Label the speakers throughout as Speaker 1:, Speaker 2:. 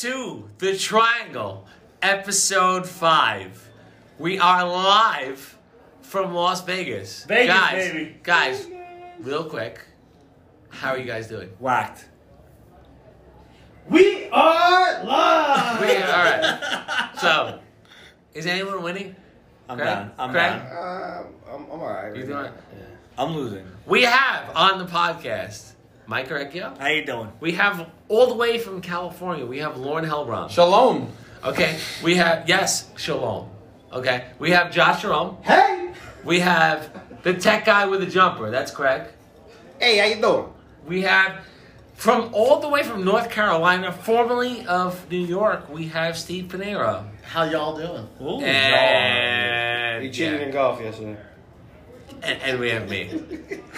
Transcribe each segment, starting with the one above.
Speaker 1: to The Triangle, Episode 5. We are live from Las Vegas.
Speaker 2: Vegas,
Speaker 1: guys,
Speaker 2: baby.
Speaker 1: Guys, real quick, how are you guys doing?
Speaker 2: Whacked. We are
Speaker 1: We-
Speaker 2: live.
Speaker 1: all right. So, is anyone winning?
Speaker 2: I'm
Speaker 1: Craig?
Speaker 2: down. I'm
Speaker 1: Craig?
Speaker 2: down.
Speaker 3: Uh, I'm, I'm alright.
Speaker 1: You doing?
Speaker 2: I'm losing.
Speaker 1: We have on the podcast Mike Recchio.
Speaker 2: How you doing?
Speaker 1: We have all the way from California. We have Lauren Helbron.
Speaker 3: Shalom.
Speaker 1: Okay, we have yes, Shalom. Okay, we have Josh Jerome.
Speaker 3: Hey.
Speaker 1: We have the tech guy with the jumper. That's Craig.
Speaker 3: Hey, how you doing?
Speaker 1: We have from all the way from North Carolina, formerly of New York. We have Steve Panera.
Speaker 4: How y'all doing?
Speaker 2: Ooh,
Speaker 3: You
Speaker 1: And,
Speaker 3: cheated in
Speaker 1: yeah,
Speaker 3: golf yesterday.
Speaker 1: and and we have me.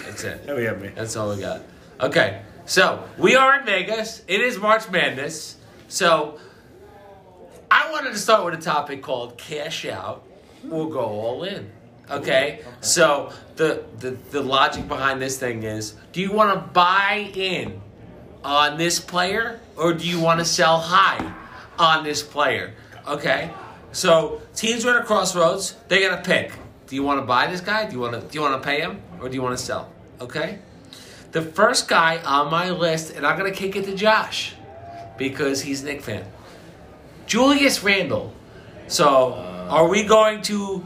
Speaker 1: That's it.
Speaker 2: There we have me.
Speaker 1: That's all we got. Okay, so we are in Vegas. It is March Madness. So I wanted to start with a topic called cash out or go all in. Okay, so the, the the logic behind this thing is: Do you want to buy in on this player, or do you want to sell high on this player? Okay, so teams are at a crossroads. They're gonna pick: Do you want to buy this guy? Do you want to do you want to pay him, or do you want to sell? Okay, the first guy on my list, and I'm gonna kick it to Josh because he's a Nick fan. Julius Randle. So,
Speaker 2: Uh,
Speaker 1: are we going to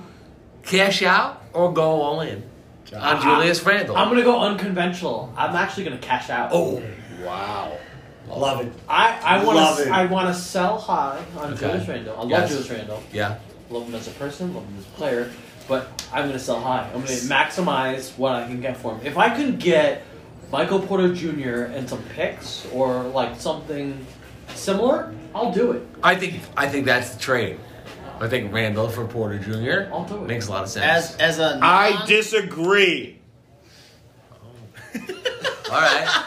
Speaker 1: cash out or go all in on Julius Randle?
Speaker 4: I'm gonna go unconventional. I'm actually gonna cash out.
Speaker 1: oh,
Speaker 3: Wow.
Speaker 2: Love it.
Speaker 4: I, I
Speaker 2: Love
Speaker 4: want
Speaker 2: it.
Speaker 4: to I want to sell high on
Speaker 1: Okay.
Speaker 4: Julius Randle. I love
Speaker 1: Yes.
Speaker 4: Julius Randle.
Speaker 1: yeah.
Speaker 4: Love him as a person. Love him as a player. But I'm gonna sell high. I'm gonna maximize what I can get for him. If I can get Michael Porter Jr. and some picks or like something similar, I'll do it.
Speaker 1: I think I think that's the trade. I think Randall for Porter Jr.
Speaker 4: I'll do it.
Speaker 1: makes a lot of sense.
Speaker 5: As as a
Speaker 2: I
Speaker 5: non-
Speaker 2: disagree.
Speaker 1: all right.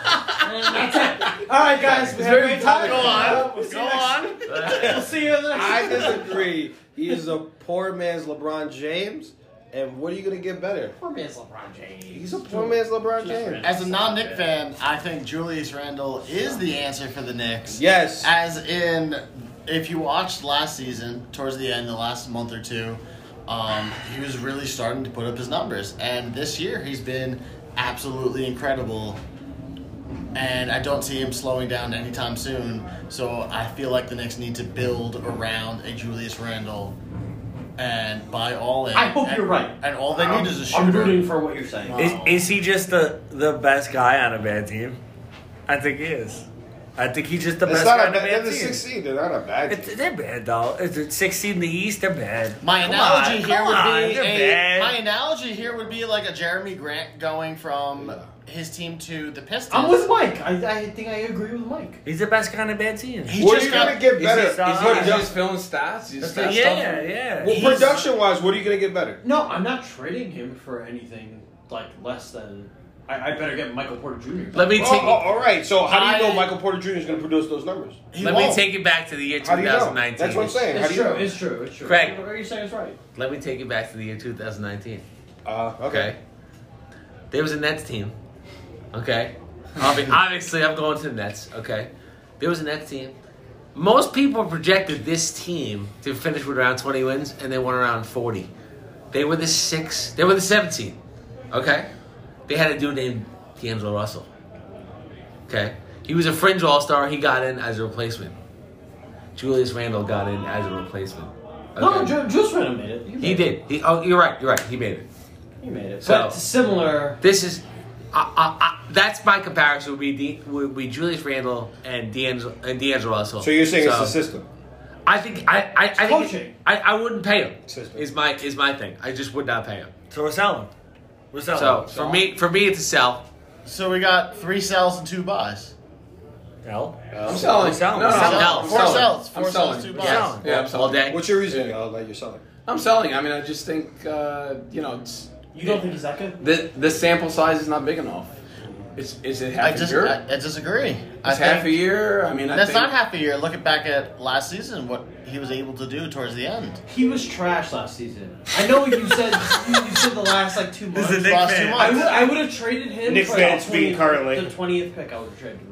Speaker 4: All right, guys. We had a great time.
Speaker 3: Go on.
Speaker 4: We'll see
Speaker 5: Go
Speaker 4: you next-
Speaker 5: on.
Speaker 4: We'll see you in the next.
Speaker 3: I disagree. He is a poor man's LeBron James, and what are you gonna get better?
Speaker 4: Poor man's LeBron James.
Speaker 3: He's a poor man's LeBron James.
Speaker 5: As a non Nick fan, I think Julius Randle is the answer for the Knicks.
Speaker 3: Yes.
Speaker 5: As in, if you watched last season, towards the end, the last month or two, um, he was really starting to put up his numbers. And this year, he's been absolutely incredible. And I don't see him slowing down anytime soon. So I feel like the Knicks need to build around a Julius Randle and buy all in.
Speaker 4: I hope
Speaker 5: And-
Speaker 4: you're right.
Speaker 5: And all they need is a shooter.
Speaker 4: I'm rooting for what you're saying.
Speaker 2: Is, is he just the the best guy on a bad team? I think he is. I think he's just the
Speaker 3: It's
Speaker 2: best
Speaker 3: not
Speaker 2: guy
Speaker 3: a
Speaker 2: on a
Speaker 3: bad.
Speaker 2: bad
Speaker 3: They're the
Speaker 2: team.
Speaker 3: six seed. They're not a bad.
Speaker 2: It's,
Speaker 3: team.
Speaker 2: they're bad though. It's a six seed in the East. They're bad.
Speaker 5: My
Speaker 2: Come
Speaker 5: analogy
Speaker 2: on,
Speaker 5: here
Speaker 2: come
Speaker 5: would
Speaker 2: on,
Speaker 5: be
Speaker 2: they're
Speaker 5: a,
Speaker 2: bad.
Speaker 5: my analogy here would be like a Jeremy Grant going from his team to the Pistons.
Speaker 4: I'm with Mike. I, I think I agree with Mike.
Speaker 2: He's the best guy on a bad team.
Speaker 5: He
Speaker 3: What are
Speaker 5: just
Speaker 3: you
Speaker 5: got-
Speaker 3: gonna get
Speaker 2: Is
Speaker 3: better?
Speaker 2: he solid? Is he
Speaker 3: Produ-
Speaker 2: just
Speaker 6: filming stats. You just
Speaker 2: yeah, yeah.
Speaker 3: well, production wise, what are you gonna get better?
Speaker 4: No, I'm not trading him for anything like less than. I, I better get Michael Porter Jr. back.
Speaker 1: Let me
Speaker 3: Oh,
Speaker 1: take
Speaker 3: oh, all right. So how do you know
Speaker 5: I-
Speaker 3: Michael Porter Jr. is gonna produce those numbers?
Speaker 5: he
Speaker 1: let me
Speaker 5: won't.
Speaker 1: take you back to the year
Speaker 3: How do you know?
Speaker 1: 2019.
Speaker 3: That's what I'm saying. How
Speaker 4: It's
Speaker 3: do you
Speaker 4: true.
Speaker 3: know?
Speaker 4: It's true. It's true.
Speaker 1: Craig.
Speaker 4: What you saying is right.
Speaker 1: Let me take you back to the year 2019.
Speaker 3: Uh,
Speaker 1: Okay. There was a Nets team. Okay. Obvi- Obviously, I'm going to the Nets. Okay. There was a Nets team. Most people projected this team to finish with around 20 wins, and they won around 40. They were the six. They were the 17. Okay. They had a dude named D'Angelo Russell. Okay. He was a fringe all star. He got in as a replacement. Julius Randle got in as a replacement.
Speaker 4: No,
Speaker 5: oh.
Speaker 1: Okay.
Speaker 4: Ju- Julius Randle made it. made
Speaker 1: he
Speaker 4: it.
Speaker 1: did. He, oh, you're right. You're right. He made it.
Speaker 4: He made it.
Speaker 1: So-
Speaker 4: but similar.
Speaker 1: This is, I, I, I, that's my comparison would be De, would be Julius Randle and D'Angelo and D'Angelo Russell.
Speaker 3: So you're saying it's
Speaker 1: So,
Speaker 3: the system?
Speaker 1: I think I I, I think
Speaker 4: coaching.
Speaker 1: I, I wouldn't pay him.
Speaker 3: System.
Speaker 1: Is my is my thing. I just would not pay him.
Speaker 2: So we're selling. We're selling.
Speaker 1: So for me for me it's a sell.
Speaker 5: So we got three sells and two buys.
Speaker 2: Hell.
Speaker 3: I'm
Speaker 2: We're selling.
Speaker 6: No,
Speaker 2: We're
Speaker 6: no, no.
Speaker 2: selling.
Speaker 1: selling.
Speaker 5: Sells.
Speaker 1: I'm
Speaker 5: Four
Speaker 6: selling.
Speaker 5: sells.
Speaker 6: I'm
Speaker 5: Four sells,
Speaker 6: selling.
Speaker 5: two
Speaker 2: We're
Speaker 5: buys.
Speaker 2: selling.
Speaker 6: Yeah, I'm
Speaker 1: all
Speaker 6: selling.
Speaker 1: day.
Speaker 3: What's your reasoning? I'll let you sell it.
Speaker 6: I'm selling. I mean, I just think uh, you know it's
Speaker 4: You don't think he's that good?
Speaker 6: the the sample size is not big enough. It's is it half
Speaker 5: I,
Speaker 6: a
Speaker 5: dis-
Speaker 6: year?
Speaker 5: I, I disagree. I
Speaker 6: it's
Speaker 5: think,
Speaker 6: half a year. I mean, I
Speaker 5: That's
Speaker 6: think,
Speaker 5: not half a year. Look at back at last season, what he was able to do towards the end.
Speaker 4: He was trash last season. I know you said you, you said the last like two months.
Speaker 2: This is a Nick
Speaker 5: Lost
Speaker 2: fan.
Speaker 5: two
Speaker 4: I
Speaker 5: months.
Speaker 4: would I would have traded him
Speaker 3: Nick
Speaker 4: for
Speaker 3: fan
Speaker 4: the
Speaker 3: speaking
Speaker 4: 20th
Speaker 3: currently.
Speaker 4: The twentieth pick I would have traded him.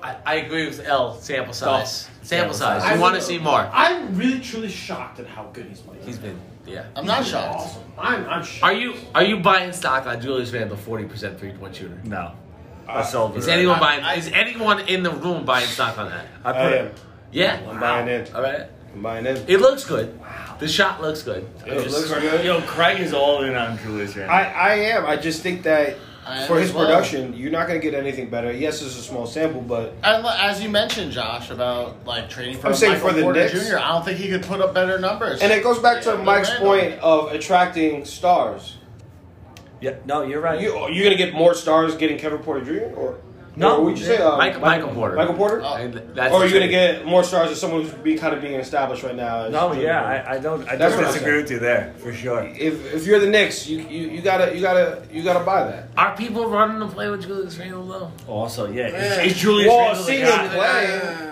Speaker 1: I, I agree with L. Sample size. Sample
Speaker 2: Sample
Speaker 1: size.
Speaker 2: size.
Speaker 1: You
Speaker 4: I
Speaker 1: want to
Speaker 4: was-
Speaker 1: see more.
Speaker 4: I'm really truly shocked at how good he's been.
Speaker 1: He's been yeah.
Speaker 5: I'm not shocked.
Speaker 4: awesome. I'm, I'm shocked.
Speaker 1: Are you are you buying stock on Julius Randle forty percent three point shooter?
Speaker 2: No.
Speaker 3: Uh,
Speaker 2: I sold it.
Speaker 1: Is
Speaker 2: already.
Speaker 1: anyone
Speaker 5: I-
Speaker 1: buying?
Speaker 5: I-
Speaker 1: is anyone in the room buying stock on that?
Speaker 2: I
Speaker 3: I
Speaker 2: put
Speaker 3: am.
Speaker 2: it.
Speaker 1: Yeah.
Speaker 3: I'm buying in.
Speaker 1: All right.
Speaker 3: I'm buying in.
Speaker 1: It looks good. The shot looks good.
Speaker 3: It looks good.
Speaker 2: Yo, Craig is all in on Julius Randle.
Speaker 3: I, I am. I just think that
Speaker 5: I am
Speaker 3: for his
Speaker 5: as well.
Speaker 3: production, you're not going to get anything better. Yes, it's a small sample, but
Speaker 5: And li- as you mentioned, Josh, about like trading for
Speaker 3: I'm saying
Speaker 5: Michael
Speaker 3: for the
Speaker 5: Porter
Speaker 3: Knicks.
Speaker 5: Jr., I don't think he could put up better numbers.
Speaker 3: and it goes back to
Speaker 5: Yeah,
Speaker 3: Mike's
Speaker 5: Randall.
Speaker 3: point of attracting stars.
Speaker 2: yeah, no, you're right.
Speaker 3: You you're going to get more stars getting Kevin Porter Jr. or
Speaker 2: No.
Speaker 3: Or would you say um,
Speaker 1: Michael- Michael Porter.
Speaker 3: Michael Porter.
Speaker 5: Oh.
Speaker 1: And that's
Speaker 3: or are you going
Speaker 1: the
Speaker 3: to get more stars as someone who's be, kind of being established right now? as
Speaker 2: no,
Speaker 3: Jordan
Speaker 2: yeah,
Speaker 3: Poole?
Speaker 2: I, I don't. I
Speaker 3: That's
Speaker 2: don't
Speaker 3: what I'm
Speaker 2: disagree with you there for sure.
Speaker 3: if if you're the Knicks, you, you you gotta you gotta you gotta buy that.
Speaker 1: Are people running to play with Julius Randle though?
Speaker 2: Also, yeah,
Speaker 6: Yeah.
Speaker 2: Is, is Julius
Speaker 3: Well,
Speaker 2: Randle the
Speaker 3: seeing
Speaker 2: guy?
Speaker 3: him play,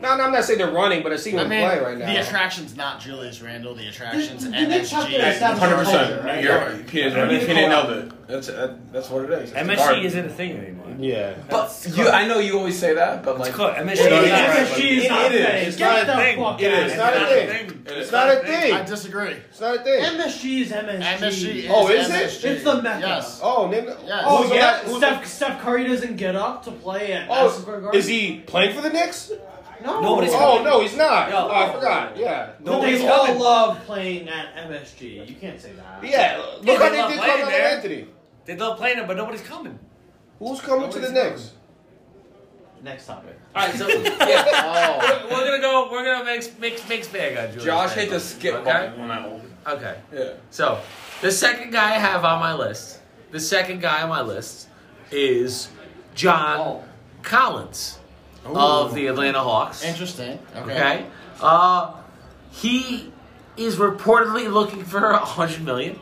Speaker 3: no, no, I'm not saying they're running, but I see
Speaker 5: I
Speaker 3: them
Speaker 5: mean,
Speaker 3: play right now.
Speaker 5: the attraction's not Julius Randle. The attraction's
Speaker 4: The- the Knicks have to
Speaker 5: NSG.
Speaker 4: establish-
Speaker 6: Hundred
Speaker 4: Culture,
Speaker 6: percent.
Speaker 4: right?
Speaker 6: You're right. He didn't,
Speaker 2: I mean,
Speaker 6: he
Speaker 2: come
Speaker 6: didn't
Speaker 2: on.
Speaker 6: know that. That's uh, that's what it is. It's
Speaker 2: MSG
Speaker 6: garbage.
Speaker 2: isn't a thing anymore.
Speaker 3: yeah,
Speaker 6: But you, I know you always say that, but like,
Speaker 2: It's called MSG.
Speaker 4: It is.
Speaker 2: right,
Speaker 4: It
Speaker 2: but-
Speaker 4: is.
Speaker 3: It is.
Speaker 4: Get
Speaker 3: It's
Speaker 4: the
Speaker 3: not a
Speaker 2: thing.
Speaker 4: fuck
Speaker 3: It
Speaker 4: out.
Speaker 3: is. It's not a thing. it's not a
Speaker 5: I
Speaker 3: thing.
Speaker 5: disagree.
Speaker 3: It's not a thing.
Speaker 4: MSG is MSG.
Speaker 5: MSG. Is
Speaker 3: Oh, is it?
Speaker 5: MSG.
Speaker 4: It's the mecca.
Speaker 5: Yes.
Speaker 3: Oh, name,
Speaker 5: Yeah.
Speaker 3: oh,
Speaker 4: Oh
Speaker 3: so
Speaker 4: yeah,
Speaker 3: that- who's
Speaker 4: Steph, Steph Curry doesn't get up to play at Madison Square
Speaker 3: Oh,
Speaker 4: Garden.
Speaker 3: is he playing for the Knicks?
Speaker 4: No.
Speaker 2: Nobody's-
Speaker 3: Oh no, he's not.
Speaker 4: No.
Speaker 3: Oh, I forgot. Yeah.
Speaker 4: But
Speaker 2: Nobody's
Speaker 4: they all
Speaker 2: coming.
Speaker 4: love playing at MSG. You can't say that.
Speaker 3: Yeah. Look how
Speaker 2: they're
Speaker 3: they
Speaker 2: not
Speaker 3: did
Speaker 2: playing
Speaker 3: Carmelo
Speaker 2: there.
Speaker 3: Anthony.
Speaker 2: They love playing it, but nobody's coming.
Speaker 3: Who's coming to the Knicks?
Speaker 4: Next topic.
Speaker 1: All right, so yeah. we're, we're gonna go. We're gonna mix mix mix bag on Julius.
Speaker 6: Josh
Speaker 1: Randle.
Speaker 6: had to skip
Speaker 1: Okay.
Speaker 6: one out.
Speaker 1: Okay.
Speaker 6: Yeah.
Speaker 1: So the second guy I have on my list, the second guy on my list is John Collins of the Atlanta Hawks.
Speaker 5: Interesting. Okay.
Speaker 1: Okay. Uh, he is reportedly looking for a hundred million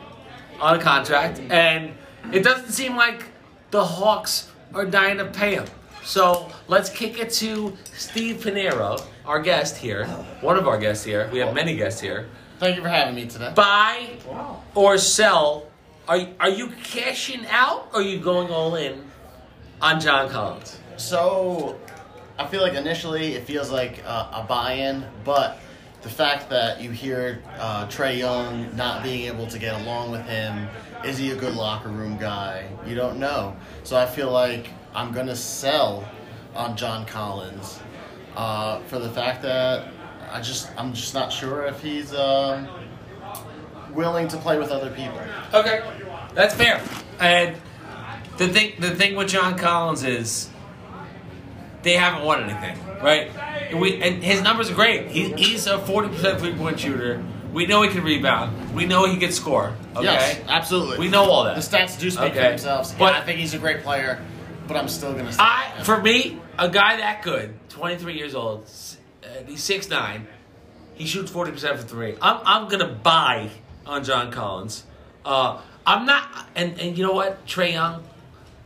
Speaker 1: on a contract, and it doesn't seem like the Hawks are dying to pay him. So let's kick it to Steve Pinero, our guest here, one of our guests here. We have many guests here.
Speaker 5: Thank you for having me today.
Speaker 1: Buy
Speaker 4: Wow.
Speaker 1: or sell? Are are you cashing out? or Are you going all in on John Collins?
Speaker 5: So, I feel like initially it feels like uh, a buy-in, but the fact that you hear uh, Trey Young not being able to get along with him, is he a good locker room guy? You don't know. So I feel like I'm gonna sell on John Collins uh, for the fact that I just I'm just not sure if he's um, willing to play with other people.
Speaker 1: Okay, that's fair. And the thing, the thing with John Collins is they haven't won anything, right? And we and his numbers are great. He, he's a forty percent three point shooter. We know he can rebound. We know he can score. Okay,
Speaker 5: Yes, absolutely.
Speaker 1: we know all
Speaker 5: The
Speaker 1: that.
Speaker 5: stats do speak
Speaker 1: Okay.
Speaker 5: for themselves.
Speaker 1: But-
Speaker 5: But I think he's a great player. But I'm still gonna.
Speaker 1: I for me, a guy that good, 23 years old, s- uh, he's 6'9", he shoots 40% for three. I'm I'm gonna buy on John Collins. Uh, I'm not, and and you know what, Trey Young,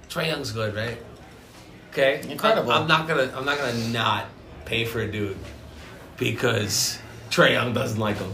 Speaker 1: Trey Young's good, right? Okay,
Speaker 5: Incredible.
Speaker 1: I'm, I'm not gonna I'm not gonna not pay for a dude because Trey Young doesn't like him.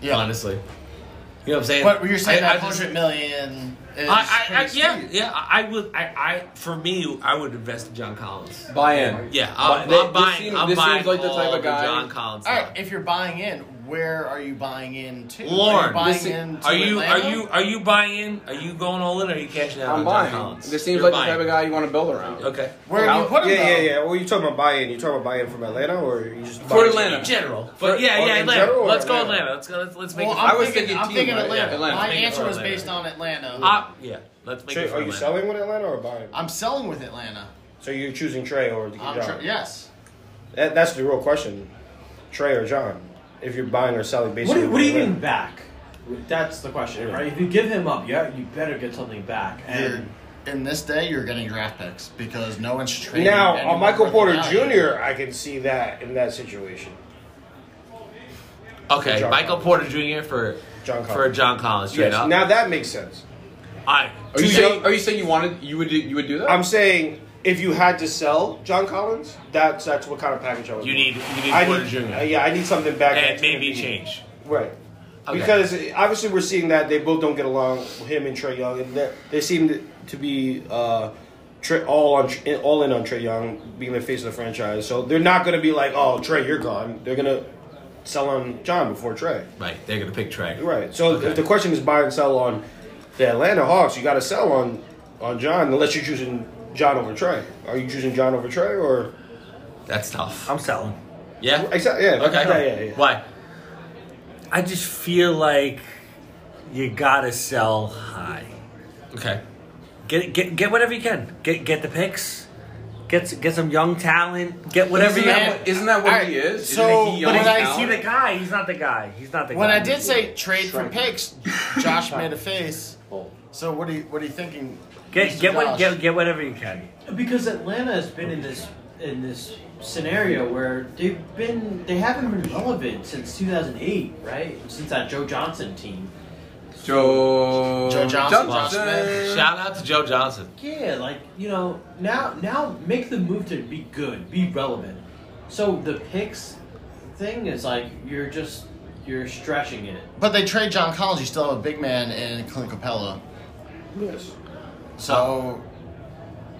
Speaker 5: Yeah.
Speaker 1: Honestly, you know what I'm saying.
Speaker 5: But you're saying
Speaker 1: I-
Speaker 5: that
Speaker 1: I just-
Speaker 5: hundred million is
Speaker 1: I, I, I,
Speaker 5: pretty
Speaker 1: yeah,
Speaker 5: steep.
Speaker 1: yeah. I I would. I, I, for me, I would invest in John Collins.
Speaker 6: Buy in.
Speaker 1: Yeah,
Speaker 6: But
Speaker 1: I'm,
Speaker 6: they-
Speaker 1: I'm
Speaker 6: this
Speaker 1: buying.
Speaker 6: seems-
Speaker 1: I'm
Speaker 6: this
Speaker 1: buying
Speaker 6: seems like the
Speaker 1: all
Speaker 6: type of
Speaker 1: the
Speaker 6: guy-
Speaker 1: John Collins.
Speaker 5: All
Speaker 1: stuff.
Speaker 5: right, if you're buying in, where are you buying in to?
Speaker 1: Lauren,
Speaker 5: are you buying
Speaker 6: this-
Speaker 5: in to
Speaker 1: are you
Speaker 5: Atlanta?
Speaker 1: are you are you buying in? Are you going all in? or Are you cashing out
Speaker 6: I'm
Speaker 1: on
Speaker 6: buying.
Speaker 1: John Collins?
Speaker 6: This seems
Speaker 1: You're
Speaker 6: like the type of guy you want to build around.
Speaker 1: Okay.
Speaker 5: Where are you putting
Speaker 3: yeah,
Speaker 5: them?
Speaker 3: yeah, yeah. Well, you talking about buy-in? You talking about buy-in from Atlanta, or you just
Speaker 6: For
Speaker 3: buy-in?
Speaker 6: Atlanta.
Speaker 1: In general, but
Speaker 6: For-
Speaker 1: yeah,
Speaker 3: or
Speaker 1: yeah,
Speaker 3: in
Speaker 1: Atlanta.
Speaker 3: general or
Speaker 1: let's go
Speaker 3: Atlanta?
Speaker 1: Atlanta. Let's go. Let's, let's make.
Speaker 5: Well,
Speaker 1: it,
Speaker 5: I'm
Speaker 6: I was
Speaker 5: thinking,
Speaker 6: thinking
Speaker 5: I'm
Speaker 6: team,
Speaker 5: thinking
Speaker 6: right?
Speaker 5: Atlanta.
Speaker 6: Yeah, Atlanta.
Speaker 5: My
Speaker 1: Make it
Speaker 5: answer
Speaker 1: for
Speaker 5: was
Speaker 1: Atlanta.
Speaker 5: based on Atlanta.
Speaker 1: uh, yeah, let's make.
Speaker 3: Trey-
Speaker 1: it for
Speaker 3: Are you
Speaker 1: Atlanta.
Speaker 3: selling with Atlanta or buying?
Speaker 5: I'm selling with Atlanta.
Speaker 3: So you're choosing Trey or the
Speaker 5: I'm
Speaker 3: John?
Speaker 5: tr- yes.
Speaker 3: That, that's the real question. Trey or John? If you're buying or selling
Speaker 4: What
Speaker 3: basically.
Speaker 4: are, you- what are you
Speaker 3: Atlanta.
Speaker 4: getting back? That's the question, right? If you give him up, yeah, you better get something back.
Speaker 5: You're,
Speaker 4: And
Speaker 5: in this day, you're getting draft picks because no one's trading.
Speaker 3: Now,
Speaker 5: anyone
Speaker 3: on Michael
Speaker 5: for
Speaker 3: Porter
Speaker 5: value.
Speaker 3: Jr., I can see that in that situation.
Speaker 1: Okay,
Speaker 3: John
Speaker 1: Michael Porter Jr. for
Speaker 3: John
Speaker 1: for
Speaker 3: Collins.
Speaker 1: John Collins. Straight
Speaker 3: Yes.
Speaker 1: up.
Speaker 3: Now that makes sense.
Speaker 1: I,
Speaker 6: Are you
Speaker 1: to
Speaker 6: saying?
Speaker 1: me-
Speaker 6: Are you saying you wanted? You would? Do, you would do that?
Speaker 3: I'm saying if you had to sell John Collins, that's that's what kind of package I would.
Speaker 1: you
Speaker 3: want.
Speaker 1: need you
Speaker 3: I
Speaker 1: need Porter
Speaker 3: need,
Speaker 1: Jr.
Speaker 3: uh, yeah, I need something back.
Speaker 1: and
Speaker 3: that's gonna
Speaker 1: maybe
Speaker 3: be-
Speaker 1: change.
Speaker 3: Right.
Speaker 1: Okay.
Speaker 3: Because obviously we're seeing that they both don't get along, him and Trey Young, and that- they seem to- to be uh, Trey, all on Tr- all in on Trey Young being the face of the franchise. So they're not going to be like, "Oh, Trey, you're gone." They're going to sell on John before Trey.
Speaker 1: Right, they're gonna pick Trey.
Speaker 3: Right. So
Speaker 1: Okay.
Speaker 3: if the question is buy and sell on the Atlanta Hawks, you got to sell on on John unless you're choosing John over Trey. Are you choosing John over Trey or
Speaker 1: That's tough.
Speaker 2: I'm selling.
Speaker 1: yeah.
Speaker 3: exactly? Yeah.
Speaker 1: Okay.
Speaker 3: Yeah, yeah, yeah.
Speaker 1: Why?
Speaker 2: I just feel like you gotta sell high.
Speaker 1: Okay.
Speaker 2: Get get get whatever you can. Get get the picks. Get s- get some young talent. Get whatever
Speaker 6: Isn't
Speaker 2: you.
Speaker 6: that, what- isn't that what
Speaker 5: Alright,
Speaker 6: he is?
Speaker 5: so
Speaker 6: Isn't he young
Speaker 5: when
Speaker 2: But
Speaker 5: I
Speaker 2: is
Speaker 6: now?
Speaker 2: he the guy? He's not the guy. He's not the
Speaker 5: When
Speaker 2: guy.
Speaker 5: I did say trade for picks, Josh made a face. So what are you what are you thinking?
Speaker 2: get
Speaker 5: Mr.
Speaker 2: get what
Speaker 5: Josh?
Speaker 2: get, get whatever you can.
Speaker 4: Because Atlanta has been in this in this scenario where they've been they haven't been relevant since 2008, right? Since that Joe Johnson team.
Speaker 6: Joe,
Speaker 5: Joe Johnson, Josh Smith.
Speaker 1: Shout out to Joe Johnson.
Speaker 4: Yeah, like you know now now make the move to be good, be relevant. So the picks thing is like you're just you're stretching it.
Speaker 5: But they trade John Collins. You still have a big man in Clint Capella.
Speaker 3: Yes.
Speaker 5: So,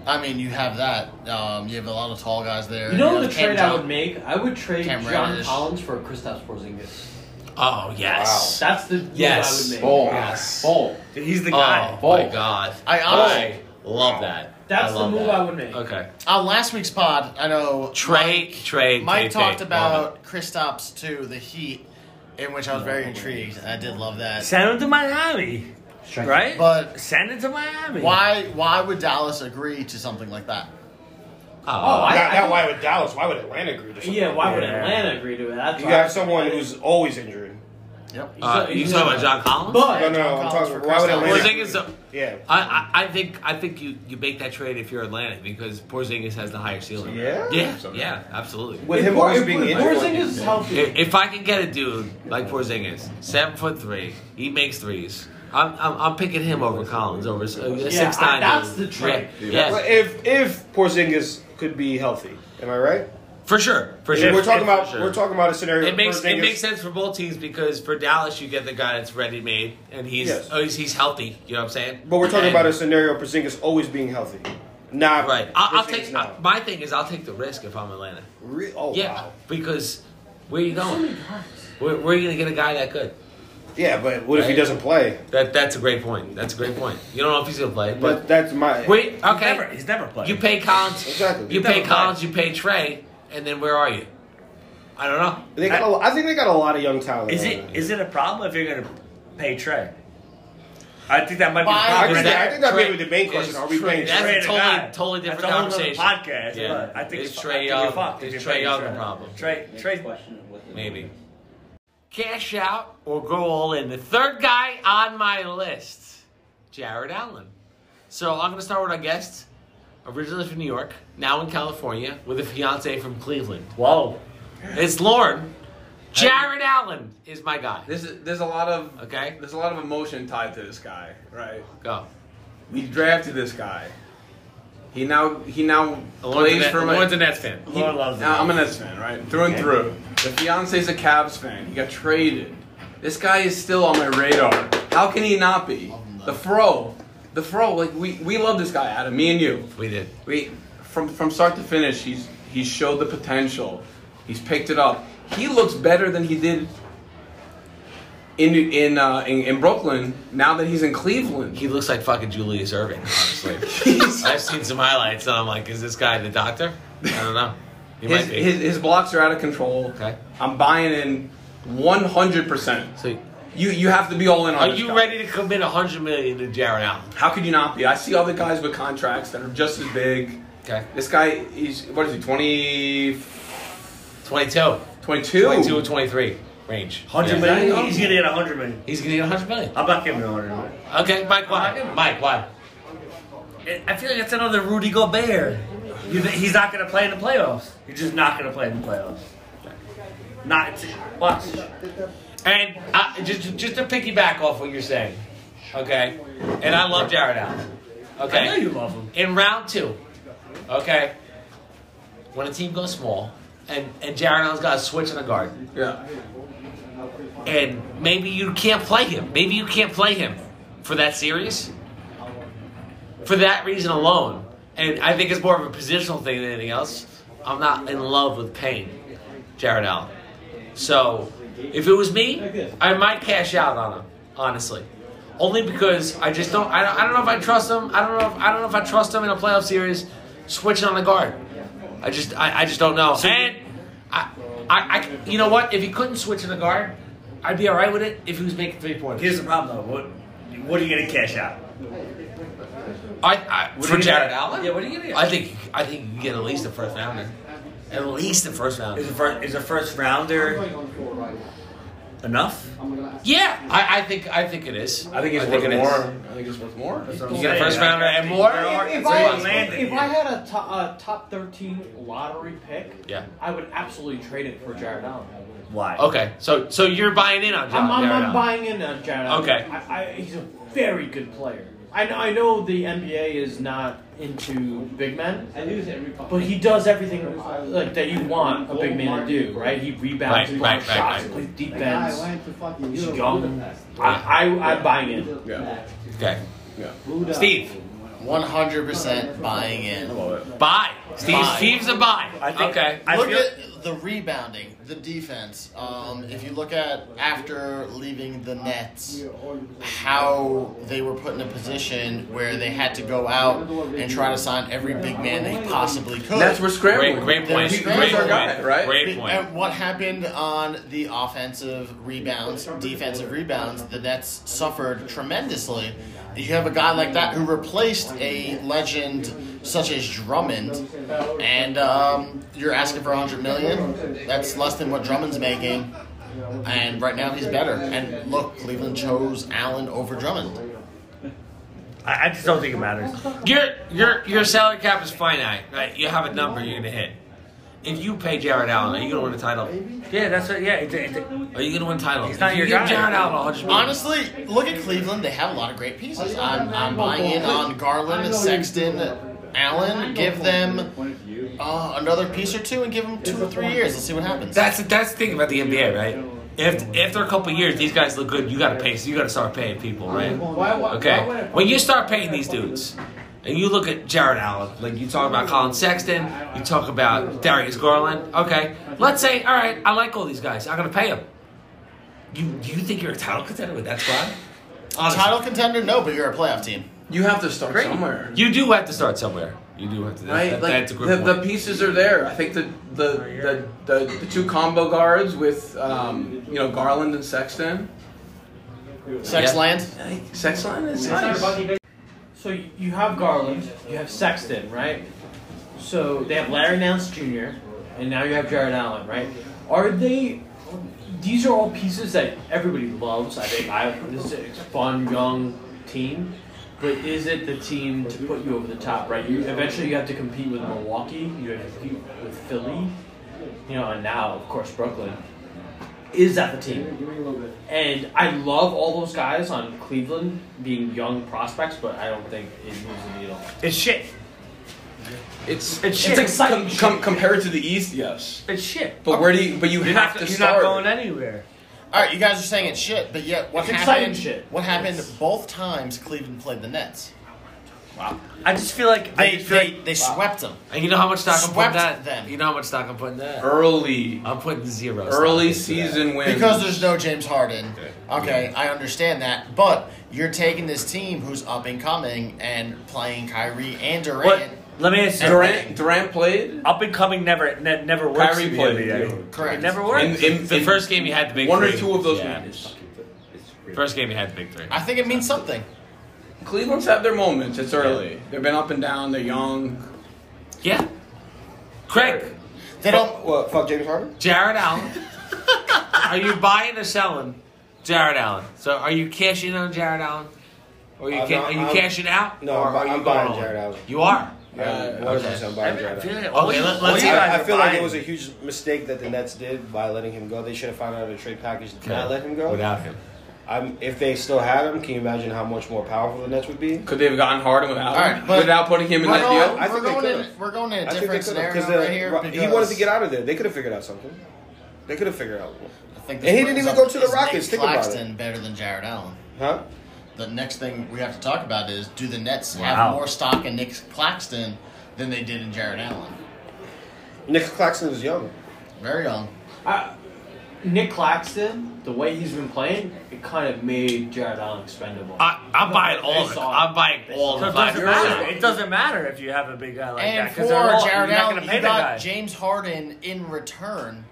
Speaker 5: I mean, you have that. Um, you have a lot of tall guys there.
Speaker 4: You know the
Speaker 5: have Cam
Speaker 4: trade I
Speaker 5: Johnson.
Speaker 4: would make? I would trade
Speaker 5: Cam
Speaker 4: John
Speaker 5: Reddish.
Speaker 4: Collins for Kristaps Porzingis.
Speaker 1: Oh yes.
Speaker 4: That's the move
Speaker 1: Yes.
Speaker 4: I would make.
Speaker 6: Ball.
Speaker 1: Yes.
Speaker 6: Ball.
Speaker 2: He's the
Speaker 1: Oh
Speaker 2: guy.
Speaker 1: my God.
Speaker 5: I honestly,
Speaker 1: I love that.
Speaker 4: That's
Speaker 1: I
Speaker 4: the
Speaker 1: love
Speaker 4: move
Speaker 1: that.
Speaker 4: I would make.
Speaker 1: Okay.
Speaker 5: on Uh, last week's pod, I know
Speaker 1: Trade, trade. trade,
Speaker 5: Mike talked
Speaker 1: trade. Love
Speaker 5: about Kristaps to the Heat, in which I was very intrigued. I did love that.
Speaker 2: Send him to Miami, right?
Speaker 5: But-
Speaker 2: send it to Miami.
Speaker 5: Why? Why would Dallas agree to something like that?
Speaker 1: it.
Speaker 4: Oh, I-
Speaker 3: Not, not why would Dallas? Why would Atlanta agree to something?
Speaker 4: Yeah, why would
Speaker 2: Yeah.
Speaker 4: Atlanta agree to it? That's
Speaker 3: You
Speaker 4: why I
Speaker 3: have
Speaker 4: was
Speaker 3: someone
Speaker 4: like,
Speaker 3: who's always injured.
Speaker 5: Yep.
Speaker 1: Uh, you talking about John Collins?
Speaker 4: But
Speaker 3: No, no, I'm
Speaker 5: Collins
Speaker 3: talking.
Speaker 5: for
Speaker 3: Why would
Speaker 5: Kristaps.
Speaker 1: Well, the
Speaker 3: Atlanta?
Speaker 1: thing is, uh,
Speaker 3: yeah.
Speaker 1: I, I I think I think you, you make that trade if you're Atlanta because Porzingis has the higher ceiling.
Speaker 3: Yeah?
Speaker 1: Yeah. Yeah. Absolutely.
Speaker 3: With
Speaker 4: if
Speaker 3: him
Speaker 4: Por-
Speaker 3: always
Speaker 4: if
Speaker 3: being
Speaker 4: Por-
Speaker 3: injured.
Speaker 4: Porzingis is healthy.
Speaker 1: If, if I can get a dude like Porzingis, seven foot three, he makes threes. I'm I'm, I'm picking him over Collins over s- uh,
Speaker 4: Yeah,
Speaker 1: six nine.
Speaker 4: I- that's the trade.
Speaker 1: Yeah,
Speaker 3: Well, if if Porzingis could be healthy, am I right?
Speaker 1: for sure. For sure.
Speaker 3: we're talking
Speaker 1: For
Speaker 3: about
Speaker 1: sure.
Speaker 3: we're talking about a scenario.
Speaker 1: It makes it
Speaker 3: Porzingis-
Speaker 1: makes sense for both teams because for Dallas you get the guy that's ready made and he's,
Speaker 3: Yes.
Speaker 1: oh, he's he's healthy. You know what I'm saying?
Speaker 3: But we're talking
Speaker 1: And-
Speaker 3: about a scenario Porzingis always being healthy, not
Speaker 1: right. I'll, I'll
Speaker 3: Porzingis
Speaker 1: take
Speaker 3: not.
Speaker 1: my thing is I'll take the risk if I'm Atlanta.
Speaker 3: Re- oh
Speaker 1: Yeah,
Speaker 3: wow.
Speaker 1: because where are you going? Where, where are you going to get a guy that good?
Speaker 3: Yeah, but what if he
Speaker 1: Right.
Speaker 3: doesn't play?
Speaker 1: That that's a great point. That's a great point. You don't know if he's going to play, but
Speaker 3: But that's my
Speaker 1: wait,
Speaker 2: He's
Speaker 1: okay,
Speaker 2: never- he's never played.
Speaker 1: you pay Collins,
Speaker 3: Exactly.
Speaker 1: you
Speaker 3: He's
Speaker 1: pay
Speaker 2: never
Speaker 1: Collins, you pay Trey, and then where are you? I don't know.
Speaker 3: They got a, I think they got a lot of young talent.
Speaker 2: Is
Speaker 3: right
Speaker 2: it
Speaker 3: now.
Speaker 2: is it a problem if you're gonna pay Trey? I think that might be
Speaker 5: Why-
Speaker 2: a
Speaker 3: I
Speaker 2: problem.
Speaker 3: think,
Speaker 1: Is
Speaker 3: that, I
Speaker 1: that
Speaker 3: think that'd
Speaker 1: Trey-
Speaker 3: be the main question.
Speaker 1: is
Speaker 3: Are we
Speaker 1: Trey-
Speaker 3: paying
Speaker 1: that's
Speaker 3: Trey?
Speaker 2: Trey
Speaker 1: a
Speaker 2: to
Speaker 1: totally-
Speaker 2: God.
Speaker 1: totally different
Speaker 2: That's a whole
Speaker 1: conversation.
Speaker 2: Other podcast,
Speaker 1: Yeah.
Speaker 2: but I think
Speaker 1: Is
Speaker 2: it's
Speaker 1: Trey
Speaker 2: I think
Speaker 1: Young-
Speaker 2: you're fucked if
Speaker 1: is
Speaker 2: you're
Speaker 1: Trey
Speaker 2: paying
Speaker 1: Young the problem?
Speaker 2: Trey, Trey,
Speaker 1: Maybe. Cash out or go all in. The third guy on my list, Jared Allen. So I'm going to start with our guest, originally from New York, now in California, with a fiance from Cleveland.
Speaker 2: whoa!
Speaker 1: It's Lauren. Jared Allen is my guy.
Speaker 6: This is, there's a lot of
Speaker 1: Okay.
Speaker 6: There's a lot of emotion tied to this guy, right?
Speaker 1: Go.
Speaker 6: We drafted this guy. He now he now
Speaker 1: Lauren's
Speaker 6: plays
Speaker 1: a,
Speaker 6: for
Speaker 1: Net-
Speaker 6: my.
Speaker 1: Lauren's a Nets fan.
Speaker 6: he-
Speaker 2: Lauren loves
Speaker 6: now,
Speaker 2: it.
Speaker 6: I'm a Nets fan, right? Through and through. The fiance's a Cavs fan. He got traded. This guy is still on my radar. How can he not be? The fro, the fro. Like we we love this guy, Adam. Me and you.
Speaker 1: We did.
Speaker 6: We from from start to finish, he's he showed the potential. He's picked it up. He looks better than he did in in uh, in, in Brooklyn now that he's in Cleveland.
Speaker 1: He looks like fucking Julius Irving, honestly. I've seen some highlights, and I'm like, is this guy the doctor? I don't know. He
Speaker 6: his,
Speaker 1: might be.
Speaker 6: his his blocks are out of control.
Speaker 1: Okay.
Speaker 6: I'm buying in 100. percent
Speaker 1: so,
Speaker 6: You you have to be all in on.
Speaker 1: are
Speaker 6: this
Speaker 1: you
Speaker 6: guy.
Speaker 1: ready to commit 100 million to Jared Allen?
Speaker 6: How could you not be? I see other guys with contracts that are just as big.
Speaker 1: Okay.
Speaker 6: This guy, he's what is he? 20,
Speaker 1: 22.
Speaker 6: 22?
Speaker 1: 22 or 23 range.
Speaker 2: Hundred
Speaker 1: Yeah.
Speaker 2: million. He's gonna get a hundred million.
Speaker 1: He's going to get 100 million.
Speaker 2: I'm not giving him a hundred million.
Speaker 1: Okay, Mike, why? Mike, why?
Speaker 2: It- I feel like that's another Rudy Gobert. You, th- he's not gonna play in the playoffs. He's just not gonna play in the playoffs. Not it's- watch.
Speaker 1: And uh, just, just to piggyback off what you're saying, okay? And I love Jared Allen. Okay.
Speaker 2: I know you love him.
Speaker 1: in round two, okay, when a team goes small, and, and Jared Allen's got a switch in the guard,
Speaker 6: Yeah.
Speaker 1: and maybe you can't play him. Maybe you can't play him for that series. For that reason alone, and I think it's more of a positional thing than anything else. I'm not in love with Payne, Jared Allen. So if it was me, I might cash out on him, honestly. Only because I just don't. I, don't- I don't know if I trust him. I don't know. If, I don't know if I trust him in a playoff series. Switching on the guard. I just. I, I just don't know. and I, I, I. You know what? If he couldn't switch in the guard, I'd be all right with it. If he was making three pointers.
Speaker 2: Here's the problem though. What what are you gonna cash out?
Speaker 1: I, I,
Speaker 2: What
Speaker 1: for
Speaker 2: do you
Speaker 1: Jared
Speaker 2: get?
Speaker 1: Allen.
Speaker 2: Yeah, what do you get?
Speaker 1: I think. I think you can get at least a first rounder. At least a first rounder.
Speaker 2: Is a first, is a first rounder enough?
Speaker 1: Yeah, I, I think I think it is.
Speaker 6: I think it's worth
Speaker 1: it is.
Speaker 6: more. I think it's worth more.
Speaker 1: You get a first rounder and more.
Speaker 4: If I, if I had a, to, a top 13 lottery pick,
Speaker 1: Yeah.
Speaker 4: I would absolutely trade it for Jared Allen.
Speaker 2: Why?
Speaker 1: Okay, so so you're buying in on John.
Speaker 4: I'm, I'm,
Speaker 1: Jared
Speaker 4: I'm
Speaker 1: Allen.
Speaker 4: buying in on Jared Allen.
Speaker 1: Okay.
Speaker 4: I, I, he's a very good player. I know, I know the NBA is not into big men, but he does everything like that you want a big man to do, right? He rebounds,
Speaker 1: Right,
Speaker 4: he
Speaker 1: right,
Speaker 4: blocks
Speaker 1: right,
Speaker 4: shots,
Speaker 1: right.
Speaker 4: plays
Speaker 7: I
Speaker 4: defense.
Speaker 7: went to fucking
Speaker 4: He's
Speaker 7: Europe.
Speaker 4: young. I, I, I'm buying in.
Speaker 6: Yeah.
Speaker 1: Okay,
Speaker 6: Yeah.
Speaker 1: Steve,
Speaker 5: One hundred percent buying in.
Speaker 1: buy. Steve,
Speaker 5: Buy.
Speaker 1: Steve's a buy.
Speaker 2: I think-
Speaker 1: okay.
Speaker 2: I
Speaker 5: look
Speaker 2: feel-
Speaker 5: at the rebounding, the defense. Um, if you look at after leaving the Nets, how they were put in a position where they had to go out and try to sign every big man they possibly could.
Speaker 6: That's where
Speaker 1: Great,
Speaker 6: scrambling.
Speaker 1: great point.
Speaker 6: He, he
Speaker 1: great
Speaker 6: was our
Speaker 1: point.
Speaker 6: guy, right?
Speaker 1: Great point.
Speaker 5: And what happened on the offensive rebounds, defensive rebounds, the Nets suffered tremendously. You have a guy like that who replaced a legend such as Drummond, and um, you're asking for 100 million. That's less than what Drummond's making, and right now he's better. And look, Cleveland chose Allen over Drummond.
Speaker 2: I, I just don't think it matters.
Speaker 1: Your your your salary cap is finite. Right? You have a number you're gonna hit. If you pay Jared Allen, are you gonna win a title?
Speaker 2: Yeah, that's what. Yeah, it, it,
Speaker 1: Are you gonna win a title?
Speaker 2: He's not
Speaker 1: If
Speaker 2: your
Speaker 1: you give
Speaker 2: guy.
Speaker 1: Jared Allen 100 million.
Speaker 5: Honestly, look at Cleveland. They have a lot of great pieces. I'm, I'm buying in on Garland, Sexton, Allen. Give them uh, another piece or two and give them two or three years. Let's see what happens.
Speaker 1: That's that's the thing about the NBA, right? If after a couple of years these guys look good, you gotta pay. So you gotta start paying people, right? Okay. When you start paying these dudes, and you look at Jared Allen, like you talk about Colin Sexton, you talk about Darius Garland. Okay, let's say, all right, I like all these guys. I'm gonna pay them. You you think you're a title contender with that squad? Honestly.
Speaker 5: title contender? No, but you're a playoff team.
Speaker 6: You have to start somewhere.
Speaker 1: You do have to start somewhere. You do have to.
Speaker 6: Right?
Speaker 1: that-
Speaker 6: like
Speaker 1: that's a good
Speaker 6: the,
Speaker 1: point.
Speaker 6: the pieces are there. I think the the, the, the, the two combo guards with um, you know Garland and Sexton.
Speaker 5: Sex
Speaker 1: Yeah.
Speaker 5: land?
Speaker 6: I think Sexton is nice.
Speaker 4: So you you have Garland, you have Sexton, right? So they have Larry Nance Jr. and now you have Jared Allen, right? Are they? These are all pieces that everybody loves. I think I this is a fun young team, but is it the team to put you over the top? Right? You eventually you have to compete with Milwaukee. You have to compete with Philly. You know, and now of course Brooklyn. Is that the team? And I love all those guys on Cleveland being young prospects, but I don't think it moves the needle.
Speaker 2: it's shit.
Speaker 6: It's
Speaker 2: It's
Speaker 6: it's,
Speaker 2: shit.
Speaker 6: like com- com- compared to the East, yes.
Speaker 2: It's shit.
Speaker 6: But where do you? But you
Speaker 2: You're
Speaker 6: have to
Speaker 2: not. You're
Speaker 6: start.
Speaker 2: not going anywhere.
Speaker 5: All right, you guys are saying it's shit, but yet what
Speaker 4: It's exciting
Speaker 5: happened?
Speaker 4: shit.
Speaker 5: What happened both times Cleveland played the Nets?
Speaker 2: I just feel like I
Speaker 5: They
Speaker 2: just feel
Speaker 5: they,
Speaker 2: like
Speaker 5: they swept them.
Speaker 1: and you know how much stock I'm putting
Speaker 5: Swept
Speaker 1: that.
Speaker 5: them.
Speaker 1: You know how much stock I'm putting that.
Speaker 6: early,
Speaker 1: I'm putting zero. stock
Speaker 6: early
Speaker 1: into that.
Speaker 6: season wins
Speaker 5: Because there's no James Harden. Okay, I understand that, but you're taking this team who's up and coming and playing Kyrie and Durant.
Speaker 2: what. Let me ask you.
Speaker 6: Durant Durant played
Speaker 2: Up and coming never ne- never works.
Speaker 6: Kyrie
Speaker 2: in the
Speaker 6: played,
Speaker 2: NBA.
Speaker 6: too.
Speaker 5: Correct.
Speaker 2: It never works.
Speaker 6: in, in,
Speaker 1: The
Speaker 6: in
Speaker 1: first game you had the big
Speaker 6: one or
Speaker 1: three.
Speaker 6: two of those
Speaker 1: Yeah.
Speaker 6: wins.
Speaker 1: First game you had the big three.
Speaker 5: I think it means something.
Speaker 6: Cleveland's had their moments. It's early. They've been up and down. They're young.
Speaker 1: Yeah. Craig,
Speaker 5: They don't.
Speaker 3: What? Fuck James Harden.
Speaker 1: Jared Allen. are you buying or selling Jared Allen? So are you cashing on Jared Allen? Or are you,
Speaker 3: I'm
Speaker 1: ca-
Speaker 3: not-
Speaker 1: are you
Speaker 3: I'm-
Speaker 1: cashing out?
Speaker 3: No,
Speaker 1: or
Speaker 3: I'm,
Speaker 1: are
Speaker 3: bu-
Speaker 1: you
Speaker 3: I'm
Speaker 1: going
Speaker 3: buying
Speaker 1: all in?
Speaker 3: Jared Allen.
Speaker 1: You are.
Speaker 3: Yeah,
Speaker 6: Uh,
Speaker 3: 100% buying Jared Allen.
Speaker 1: Okay,
Speaker 2: What do you-
Speaker 1: let,
Speaker 2: what
Speaker 1: us
Speaker 2: do you guys
Speaker 3: I, I
Speaker 2: are
Speaker 3: feel like
Speaker 2: buying?
Speaker 3: it was a huge mistake that the Nets did by letting him go. They should have found out a trade package to
Speaker 1: Okay.
Speaker 3: not let him go.
Speaker 1: Without him.
Speaker 3: I'm, if they still had him, can you imagine how much more powerful the Nets would be?
Speaker 6: Could they have gotten Harden without
Speaker 5: All
Speaker 6: him?
Speaker 5: right, but-
Speaker 6: without putting him in
Speaker 5: We're
Speaker 6: that
Speaker 5: going,
Speaker 6: deal?
Speaker 3: I
Speaker 5: we're,
Speaker 3: think they
Speaker 5: going in,
Speaker 3: could've.
Speaker 5: we're going in a
Speaker 3: I think they
Speaker 5: different
Speaker 3: could have
Speaker 5: scenario
Speaker 3: because
Speaker 5: right here.
Speaker 3: the- he wanted to get out of there. They could have figured out something. They could have figured out,
Speaker 5: I think
Speaker 3: And he didn't
Speaker 5: brings
Speaker 3: even
Speaker 5: up-
Speaker 3: go to the
Speaker 5: is
Speaker 3: Rockets,
Speaker 5: Nick
Speaker 3: think about it.
Speaker 5: Claxton better than Jared Allen.
Speaker 3: huh?
Speaker 5: The next thing we have to talk about is do the Nets
Speaker 2: Wow.
Speaker 5: have more stock in Nick Claxton than they did in Jared Allen.
Speaker 3: Nick Claxton is young.
Speaker 5: Very young.
Speaker 4: I, Uh, Nick Claxton, the way he's been playing, it kind of made Jared Allen expendable.
Speaker 1: I, I'm buying all.
Speaker 4: They
Speaker 1: The,
Speaker 4: saw it.
Speaker 1: I'm buying all the
Speaker 2: So it doesn't matter.
Speaker 1: five.
Speaker 2: It doesn't matter if you have a big guy like
Speaker 5: and
Speaker 2: that
Speaker 5: for
Speaker 2: because they're all,
Speaker 5: Jared
Speaker 2: you're not
Speaker 5: Allen,
Speaker 2: going to pay
Speaker 5: you
Speaker 2: that
Speaker 5: got
Speaker 2: guy.
Speaker 5: James Harden in return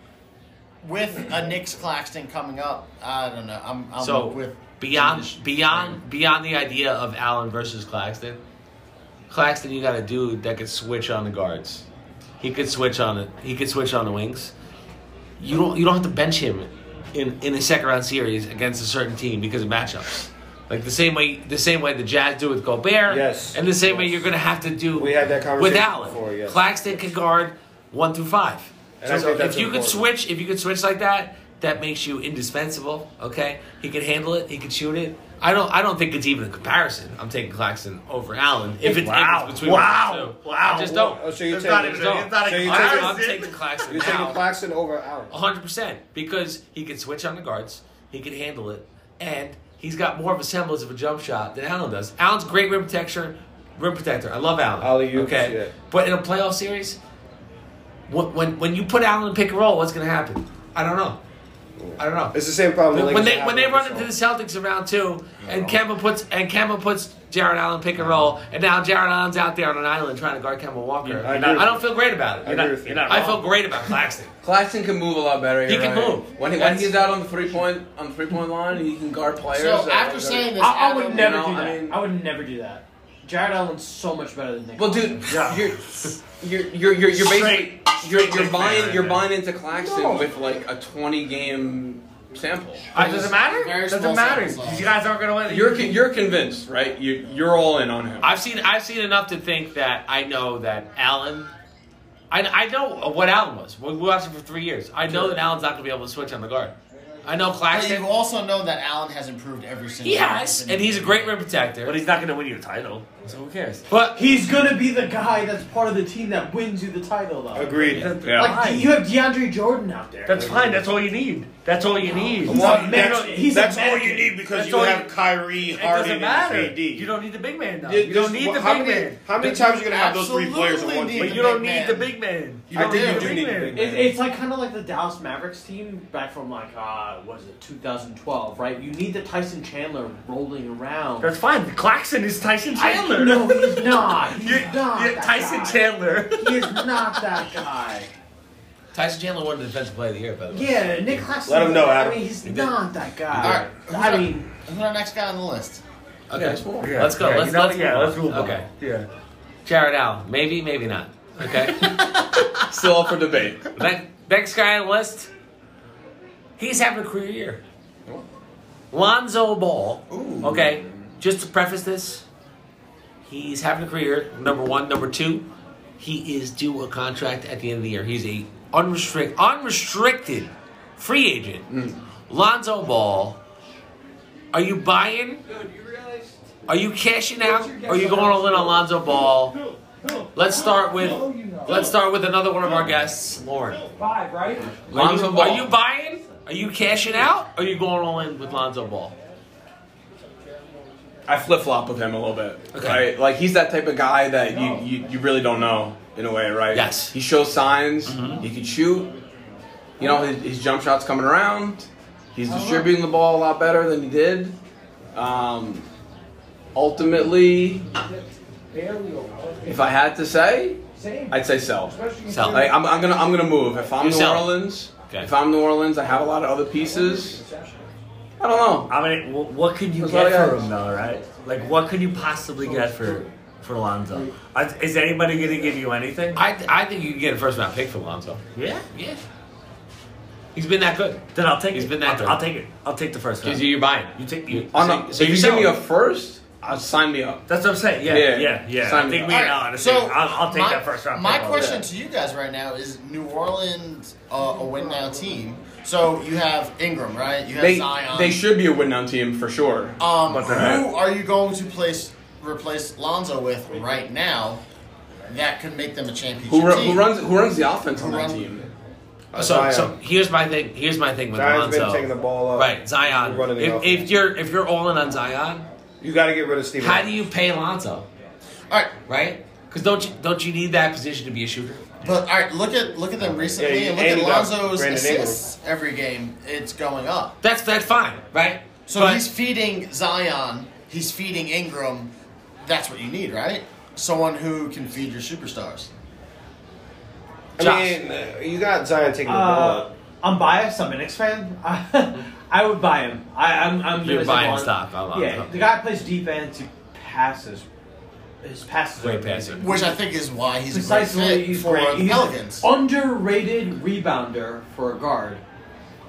Speaker 5: with a Knicks Claxton coming up. I don't know. I'm, I'm
Speaker 1: So
Speaker 5: with
Speaker 1: beyond beyond beyond the idea of Allen versus Claxton, Claxton, you got a dude that could switch on the guards. He could switch on it. He could switch on the wings. You don't you don't have to bench him in in a second round series against a certain team because of matchups. Like the same way the same way the Jazz do with Gobert.
Speaker 3: Yes.
Speaker 1: And the same way
Speaker 3: Yes.
Speaker 1: you're gonna have to do
Speaker 3: We had that
Speaker 1: with
Speaker 3: conversation
Speaker 1: Allen.
Speaker 3: before, yes.
Speaker 1: Claxton can guard one through five.
Speaker 3: And I
Speaker 1: So
Speaker 3: think that's
Speaker 1: if you could
Speaker 3: important.
Speaker 1: switch, if you could switch like that, that makes you indispensable. Okay, he can handle it. He can shoot it. I don't. I don't think it's even a comparison. I'm taking Claxton over Allen. If it's
Speaker 2: Wow.
Speaker 1: between
Speaker 2: Wow.
Speaker 1: one and two.
Speaker 2: Wow.
Speaker 1: I just don't.
Speaker 3: Oh, so you're
Speaker 2: It's not
Speaker 3: taking,
Speaker 2: even-
Speaker 1: don't.
Speaker 2: it's not
Speaker 3: So
Speaker 2: a
Speaker 3: you
Speaker 1: I, I'm
Speaker 2: comparison.
Speaker 1: taking Claxton.
Speaker 3: you're taking
Speaker 1: now.
Speaker 3: Claxton over Allen.
Speaker 1: 100% because he can switch on the guards, he can handle it, and he's got more of a semblance of a jump shot than Allen does. Allen's great rim protector, rim protector. I love Allen.
Speaker 3: Alley-oops,
Speaker 1: okay,
Speaker 3: yeah.
Speaker 1: but in a playoff series, when, when when you put Allen in pick and roll, what's going to happen? I don't know. I don't know.
Speaker 3: It's the same problem. the
Speaker 1: When, when
Speaker 3: Lakers
Speaker 1: they
Speaker 3: have
Speaker 1: when they
Speaker 3: with
Speaker 1: run into
Speaker 3: this
Speaker 1: the
Speaker 3: all.
Speaker 1: Celtics in round two, and Kemba puts and Kemba puts Jared Allen pick and roll, and now Jared Allen's out there on an island trying to guard Kemba Walker.
Speaker 3: I
Speaker 1: I,
Speaker 3: agree with
Speaker 1: don't feel great about it.
Speaker 3: I agree with
Speaker 2: You're
Speaker 3: you.
Speaker 2: not
Speaker 1: I
Speaker 2: wrong.
Speaker 1: feel great about Claxton.
Speaker 6: Claxton can move a lot better.
Speaker 1: He
Speaker 6: you're
Speaker 1: can
Speaker 6: right.
Speaker 1: move.
Speaker 6: When, he, when
Speaker 1: That's-
Speaker 6: he's out on the three point on the three point line, he can guard players.
Speaker 5: So
Speaker 6: uh,
Speaker 5: after
Speaker 6: like,
Speaker 5: saying this,
Speaker 4: I, I would
Speaker 5: Adam,
Speaker 4: never
Speaker 6: you know,
Speaker 4: do that.
Speaker 6: I
Speaker 4: I,
Speaker 6: mean-
Speaker 4: would never do that. Jared Allen's so much better than Nick.
Speaker 6: well,
Speaker 4: Claxton.
Speaker 6: dude, you're you're you're you're, you're basically
Speaker 2: Straight-
Speaker 6: you're,
Speaker 2: straight
Speaker 6: you're
Speaker 2: big man
Speaker 6: buying
Speaker 2: right
Speaker 6: you're
Speaker 2: there.
Speaker 6: buying into Claxton with like a twenty game sample.
Speaker 2: It doesn't matter.
Speaker 5: Very
Speaker 2: Doesn't
Speaker 5: small
Speaker 2: matter.
Speaker 5: sample size.
Speaker 2: You guys aren't going to win.
Speaker 6: You're con- you're convinced, right? You you're all in on him.
Speaker 1: I've seen I've seen enough to think that I know that Allen. I, I know what Allen was. We we watched him for three years. I know that Allen's not going to be able to switch on the guard. I know
Speaker 5: But you
Speaker 1: Claxton.
Speaker 5: also know that Allen has improved every single.
Speaker 1: He has, and he's a great rim
Speaker 2: but
Speaker 1: protector.
Speaker 2: he's not going to win you a title. So who cares?
Speaker 1: But
Speaker 4: he's gonna be the guy that's part of the team that wins you the title, though.
Speaker 3: Agreed.
Speaker 6: Yeah.
Speaker 4: Like
Speaker 2: Fine.
Speaker 4: you have DeAndre Jordan out there.
Speaker 2: That's fine. That's all you need. That's all you need.
Speaker 4: He's a man.
Speaker 3: that's
Speaker 4: He's
Speaker 3: that's
Speaker 4: a
Speaker 3: all
Speaker 4: man.
Speaker 3: you need because
Speaker 2: That's
Speaker 3: you
Speaker 2: all
Speaker 3: have
Speaker 2: you-
Speaker 3: Kyrie,
Speaker 2: It
Speaker 3: Harden,
Speaker 2: doesn't
Speaker 3: and
Speaker 2: matter.
Speaker 3: KD.
Speaker 2: You don't need the big man now.
Speaker 3: Th-
Speaker 2: You don't
Speaker 3: this-
Speaker 2: need the
Speaker 3: how
Speaker 2: big
Speaker 3: many,
Speaker 2: man.
Speaker 3: How many times are you gonna have those three players on
Speaker 5: Absolutely
Speaker 3: one
Speaker 5: need
Speaker 3: team?
Speaker 2: But
Speaker 5: the
Speaker 2: you don't
Speaker 5: big
Speaker 2: need
Speaker 5: man.
Speaker 2: the big man. You
Speaker 3: I
Speaker 2: don't
Speaker 3: do.
Speaker 2: need
Speaker 3: You
Speaker 2: the
Speaker 3: do
Speaker 2: big
Speaker 3: need the
Speaker 2: man.
Speaker 3: big man.
Speaker 4: It, it's like kind of like the Dallas Mavericks team back from like uh, what is it 2012, right? You need the Tyson Chandler rolling around.
Speaker 2: That's fine. Claxton is Tyson Chandler.
Speaker 4: I, no, he's not. He's
Speaker 2: You-
Speaker 4: not
Speaker 2: you-
Speaker 4: that
Speaker 2: Tyson
Speaker 4: guy.
Speaker 2: Chandler.
Speaker 4: He is not that guy.
Speaker 1: Tyson Chandler won the Defensive Player of the Year, by the way.
Speaker 4: Yeah, Nick Claxton.
Speaker 3: Let him know, Adam.
Speaker 4: I mean, he's not that guy.
Speaker 5: All right.
Speaker 4: I mean,
Speaker 5: Who's our next guy on the list?
Speaker 1: Okay.
Speaker 2: Yeah,
Speaker 1: Let's go.
Speaker 2: yeah,
Speaker 1: let's
Speaker 2: you know,
Speaker 1: let's
Speaker 2: yeah,
Speaker 1: move on.
Speaker 2: let's move on.
Speaker 1: Okay.
Speaker 2: Yeah.
Speaker 1: Jared Allen. Maybe. Maybe not. Okay.
Speaker 6: Still up for debate.
Speaker 1: Next, next guy on the list, he's having a career year. Lonzo Ball. Okay, just to preface this, he's having a career. Number one, number two, he is due a contract at the end of the year. He's a unrestricted, unrestricted free agent.
Speaker 6: Mm.
Speaker 1: Lonzo Ball. Are you buying? Are you cashing out? Or are you going all in on Lonzo Ball? Let's start with let's start with another one of our guests, Lauren.
Speaker 4: five, right?
Speaker 6: Lonzo
Speaker 1: Lonzo are you,
Speaker 6: Ball.
Speaker 1: Are you buying? Are you cashing out? Or are you going all in with Lonzo Ball?
Speaker 6: I flip flop with him a little bit.
Speaker 1: Okay.
Speaker 6: Right? Like he's that type of guy that you, you, you really don't know in a way, right?
Speaker 1: Yes. Mm-hmm.
Speaker 6: He shows signs. He can shoot. You know his, his jump shots coming around. He's distributing the ball a lot better than he did. Um, ultimately, if I had to say, I'd say sell.
Speaker 1: Sell.
Speaker 6: Like, I'm, I'm gonna I'm gonna move. If I'm
Speaker 1: You
Speaker 6: New
Speaker 1: sell.
Speaker 6: Orleans,
Speaker 1: Okay.
Speaker 6: if I'm New Orleans, I have a lot of other pieces. I don't know.
Speaker 2: I mean, wh- what could you
Speaker 6: There's a lot
Speaker 2: get
Speaker 6: of
Speaker 2: for
Speaker 6: guys.
Speaker 2: him though, right? Like, what could you possibly get for for Lonzo? I- Is anybody going to give you anything?
Speaker 1: I, th- I think you can get a first round pick for Lonzo.
Speaker 2: Yeah.
Speaker 1: Yeah. He's been that good.
Speaker 2: Then I'll take
Speaker 1: He's
Speaker 2: it.
Speaker 1: been that
Speaker 2: I'll,
Speaker 1: good.
Speaker 2: I'll take it. I'll take the first round.
Speaker 1: Because you're buying.
Speaker 2: You take- you-
Speaker 6: On
Speaker 1: so-
Speaker 6: a,
Speaker 1: so
Speaker 6: Oh, if
Speaker 1: you're
Speaker 6: you give me a
Speaker 1: selling.
Speaker 6: first, I'll sign me up.
Speaker 2: That's what I'm saying. Yeah,
Speaker 6: Yeah.
Speaker 2: yeah, yeah.
Speaker 6: Sign
Speaker 2: I
Speaker 6: me
Speaker 2: think we
Speaker 5: All
Speaker 2: and
Speaker 5: right,
Speaker 2: Allen. So
Speaker 5: so
Speaker 2: I'll, I'll take
Speaker 5: my,
Speaker 2: that first round.
Speaker 5: My
Speaker 2: pick.
Speaker 5: question to you guys right now is: New Orleans uh, a win now team? So you have Ingram, right? You have
Speaker 6: They,
Speaker 5: Zion.
Speaker 6: they should be a win now team for sure.
Speaker 5: Um,
Speaker 2: But
Speaker 5: who
Speaker 2: they're not.
Speaker 5: are you going to place replace Lonzo with right now? That could make them a championship
Speaker 6: Who, ru-
Speaker 5: team.
Speaker 6: who runs who runs the offense on
Speaker 5: Who
Speaker 6: that
Speaker 5: run-
Speaker 6: team?
Speaker 1: So,
Speaker 3: Uh, Zion.
Speaker 1: so here's my thing. Here's my thing with
Speaker 3: Zion's
Speaker 1: Lonzo.
Speaker 3: been taking the ball up.
Speaker 1: Right,
Speaker 3: He's
Speaker 1: Zion.
Speaker 3: running the
Speaker 1: If, if
Speaker 3: offense.
Speaker 1: you're if you're all in on Zion,
Speaker 3: You got to get rid of Steve.
Speaker 1: how do you pay Lonzo?
Speaker 5: All right,
Speaker 1: Right? Because don't you don't you need that position to be a shooter?
Speaker 5: But all right, look at look at them recently,
Speaker 3: Yeah,
Speaker 5: and look
Speaker 3: and
Speaker 5: at
Speaker 3: you got
Speaker 5: Lonzo's
Speaker 3: Brandon Ingram.
Speaker 5: assists every game. It's going up.
Speaker 1: That's that's fine, right?
Speaker 5: So
Speaker 1: But-
Speaker 5: he's feeding Zion. He's feeding Ingram. That's what you need, right? Someone who can feed your superstars.
Speaker 1: Josh.
Speaker 3: I mean, uh, you got Zion taking the ball.
Speaker 4: Uh, I'm biased. I'm a Knicks fan. I, I would buy him. I, I'm. I'm
Speaker 1: You're
Speaker 4: gonna say
Speaker 1: buying
Speaker 4: Lonzo.
Speaker 1: stock. I love
Speaker 4: Yeah,
Speaker 1: it.
Speaker 4: the guy plays defense. He passes. His passes.
Speaker 1: Great
Speaker 4: are amazing.
Speaker 1: passer.
Speaker 5: Which I think is why he's a
Speaker 4: Precisely.
Speaker 5: great fit
Speaker 4: He's
Speaker 5: for
Speaker 4: great.
Speaker 5: the
Speaker 4: He's
Speaker 5: Pelicans.
Speaker 4: underrated rebounder for a guard.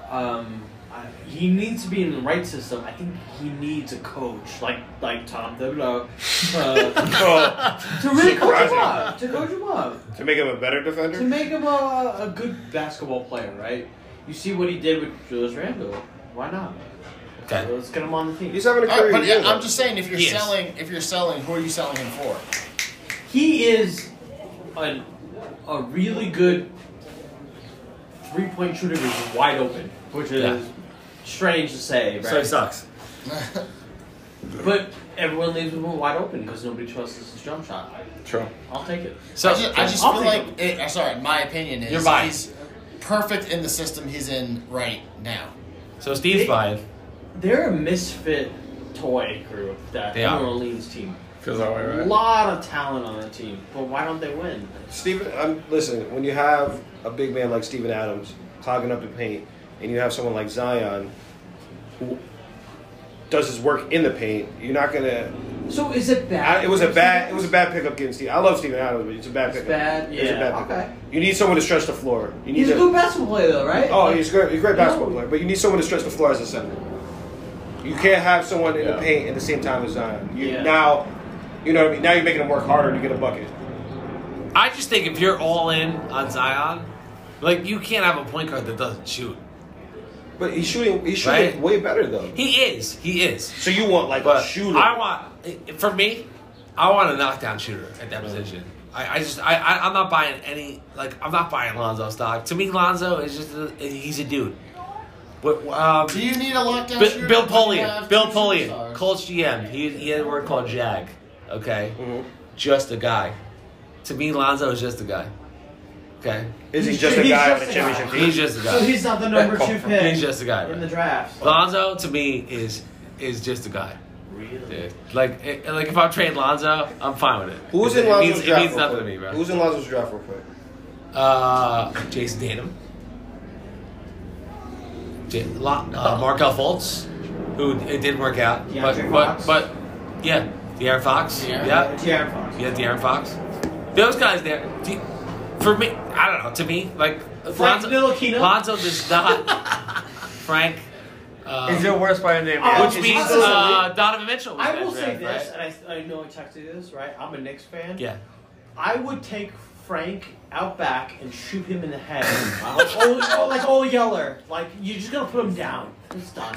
Speaker 4: Um, I- he needs to be in the right system. I think he needs a coach like like Tom Thibodeau uh,
Speaker 3: Oh,
Speaker 4: to really coach him
Speaker 3: Surprising.
Speaker 4: up. To coach him up.
Speaker 3: to make him a better
Speaker 4: To
Speaker 3: defender?
Speaker 4: make him a, a good basketball player, right? You see what he did with Julius Randle. Why not?
Speaker 1: Okay.
Speaker 4: Let's get him on the team.
Speaker 3: He's having a
Speaker 5: All right,
Speaker 3: career
Speaker 5: Uh, but
Speaker 3: year.
Speaker 5: yeah, I'm
Speaker 3: though.
Speaker 5: just saying, if you're
Speaker 1: Yes.
Speaker 5: selling, if you're selling, who are you selling him for?
Speaker 4: he is a, a really good three point shooter who's wide open, which is
Speaker 1: Yeah.
Speaker 4: strange to say,
Speaker 1: So he
Speaker 4: right?
Speaker 1: sucks.
Speaker 4: but everyone leaves him wide open because nobody trusts his jump shot.
Speaker 6: True.
Speaker 4: I'll take it.
Speaker 1: So
Speaker 5: I just, I just
Speaker 4: I'll
Speaker 5: feel
Speaker 4: take
Speaker 5: like, it, I'm sorry, my opinion is
Speaker 1: You're buying.
Speaker 5: he's perfect in the system he's in right now.
Speaker 1: so Steve's buying.
Speaker 4: They're a misfit toy group that
Speaker 1: They
Speaker 4: New
Speaker 1: are.
Speaker 4: Orleans team.
Speaker 6: Feels that way,
Speaker 4: A
Speaker 6: right?
Speaker 4: lot of talent on the team, but why don't they win?
Speaker 3: Steven, I'm, listen, when you have a big man like Steven Adams clogging up the paint, and you have someone like Zion who does his work in the paint, you're not gonna.
Speaker 4: So is it bad?
Speaker 3: I, it was a bad. It was a bad pickup getting Steve. I love Steven Adams, but it's a bad pickup.
Speaker 4: bad,
Speaker 3: It's a
Speaker 4: yeah,
Speaker 3: bad pickup.
Speaker 4: okay.
Speaker 3: You need someone to stretch the floor. You need
Speaker 4: He's a
Speaker 3: to-
Speaker 4: good basketball player, though, right?
Speaker 3: Oh, he's great. He's a great basketball player, but you need someone to stretch the floor as a center. You can't have someone in the
Speaker 6: Yeah.
Speaker 3: paint at the same time as Zion. You
Speaker 4: Yeah.
Speaker 3: now, you know what I mean. Now you're making him work harder to get a bucket.
Speaker 1: I just think if you're all in on Zion, like you can't have a point guard that doesn't shoot.
Speaker 3: But he's shooting. He's shooting
Speaker 1: Right.
Speaker 3: way better though.
Speaker 1: He is. He is.
Speaker 3: So you want like
Speaker 1: But
Speaker 3: a shooter?
Speaker 1: I want, for me, I want a knockdown shooter at that position. I, I just, I, I, I'm not buying any, like, I'm not buying Lonzo stock. To me, Lonzo is just, a, he's a dude. But, um,
Speaker 5: Do you need a lockdown
Speaker 1: B-
Speaker 5: shooter?
Speaker 1: Bill
Speaker 5: when you have
Speaker 1: Polian, Bill
Speaker 5: two
Speaker 1: Polian,
Speaker 5: superstars?
Speaker 1: Colts GM. He, he had a word called Jag. Okay,
Speaker 3: Mm-hmm.
Speaker 1: just a guy. To me, Lonzo is just a guy. Okay,
Speaker 3: Is he
Speaker 4: He's
Speaker 3: just a
Speaker 4: ju-
Speaker 3: guy
Speaker 4: he's
Speaker 3: on a
Speaker 4: just a guy.
Speaker 3: championship team?
Speaker 1: he's just a guy.
Speaker 4: So he's not the number
Speaker 3: call
Speaker 4: two
Speaker 3: from-
Speaker 4: pick
Speaker 1: He's just a guy.
Speaker 4: in
Speaker 1: right?
Speaker 4: the draft.
Speaker 1: Lonzo to me is is just a guy. Really? Like it, like if I trade Lonzo, I'm fine with it.
Speaker 3: Who's
Speaker 1: It-
Speaker 3: in Lonzo's
Speaker 1: It means, it
Speaker 3: draft?
Speaker 1: means
Speaker 3: real
Speaker 1: nothing to
Speaker 3: quick?
Speaker 1: me, bro.
Speaker 3: Who's in Lonzo's draft real quick?
Speaker 1: uh, Jason Tatum, J- Lo- uh, Markel Fultz, who it didn't work out,
Speaker 4: Oh. DeAndre
Speaker 1: but
Speaker 4: Fox.
Speaker 1: but but yeah, De'Aaron Fox,
Speaker 5: De'Aaron.
Speaker 1: yeah.
Speaker 4: De'Aaron Fox.
Speaker 1: Yeah, De'Aaron Fox. Those guys there. do- For me, I don't know. To me, like
Speaker 4: Frank
Speaker 1: Lonzo,
Speaker 4: Ntilikina?
Speaker 1: Lonzo does not. Frank, uh,
Speaker 2: He's your worst by name.
Speaker 4: Oh,
Speaker 1: which
Speaker 4: he's
Speaker 1: means
Speaker 4: also-
Speaker 1: uh, Donovan Mitchell. was
Speaker 4: I
Speaker 1: that
Speaker 4: will say
Speaker 1: draft,
Speaker 4: this,
Speaker 1: right?
Speaker 4: and I, I know I texted you this, right? I'm a Knicks fan.
Speaker 1: Yeah,
Speaker 4: I would take Frank out back and shoot him in the head. like, old, oh, like old Yeller. Like, you're just going to put him down. It's done.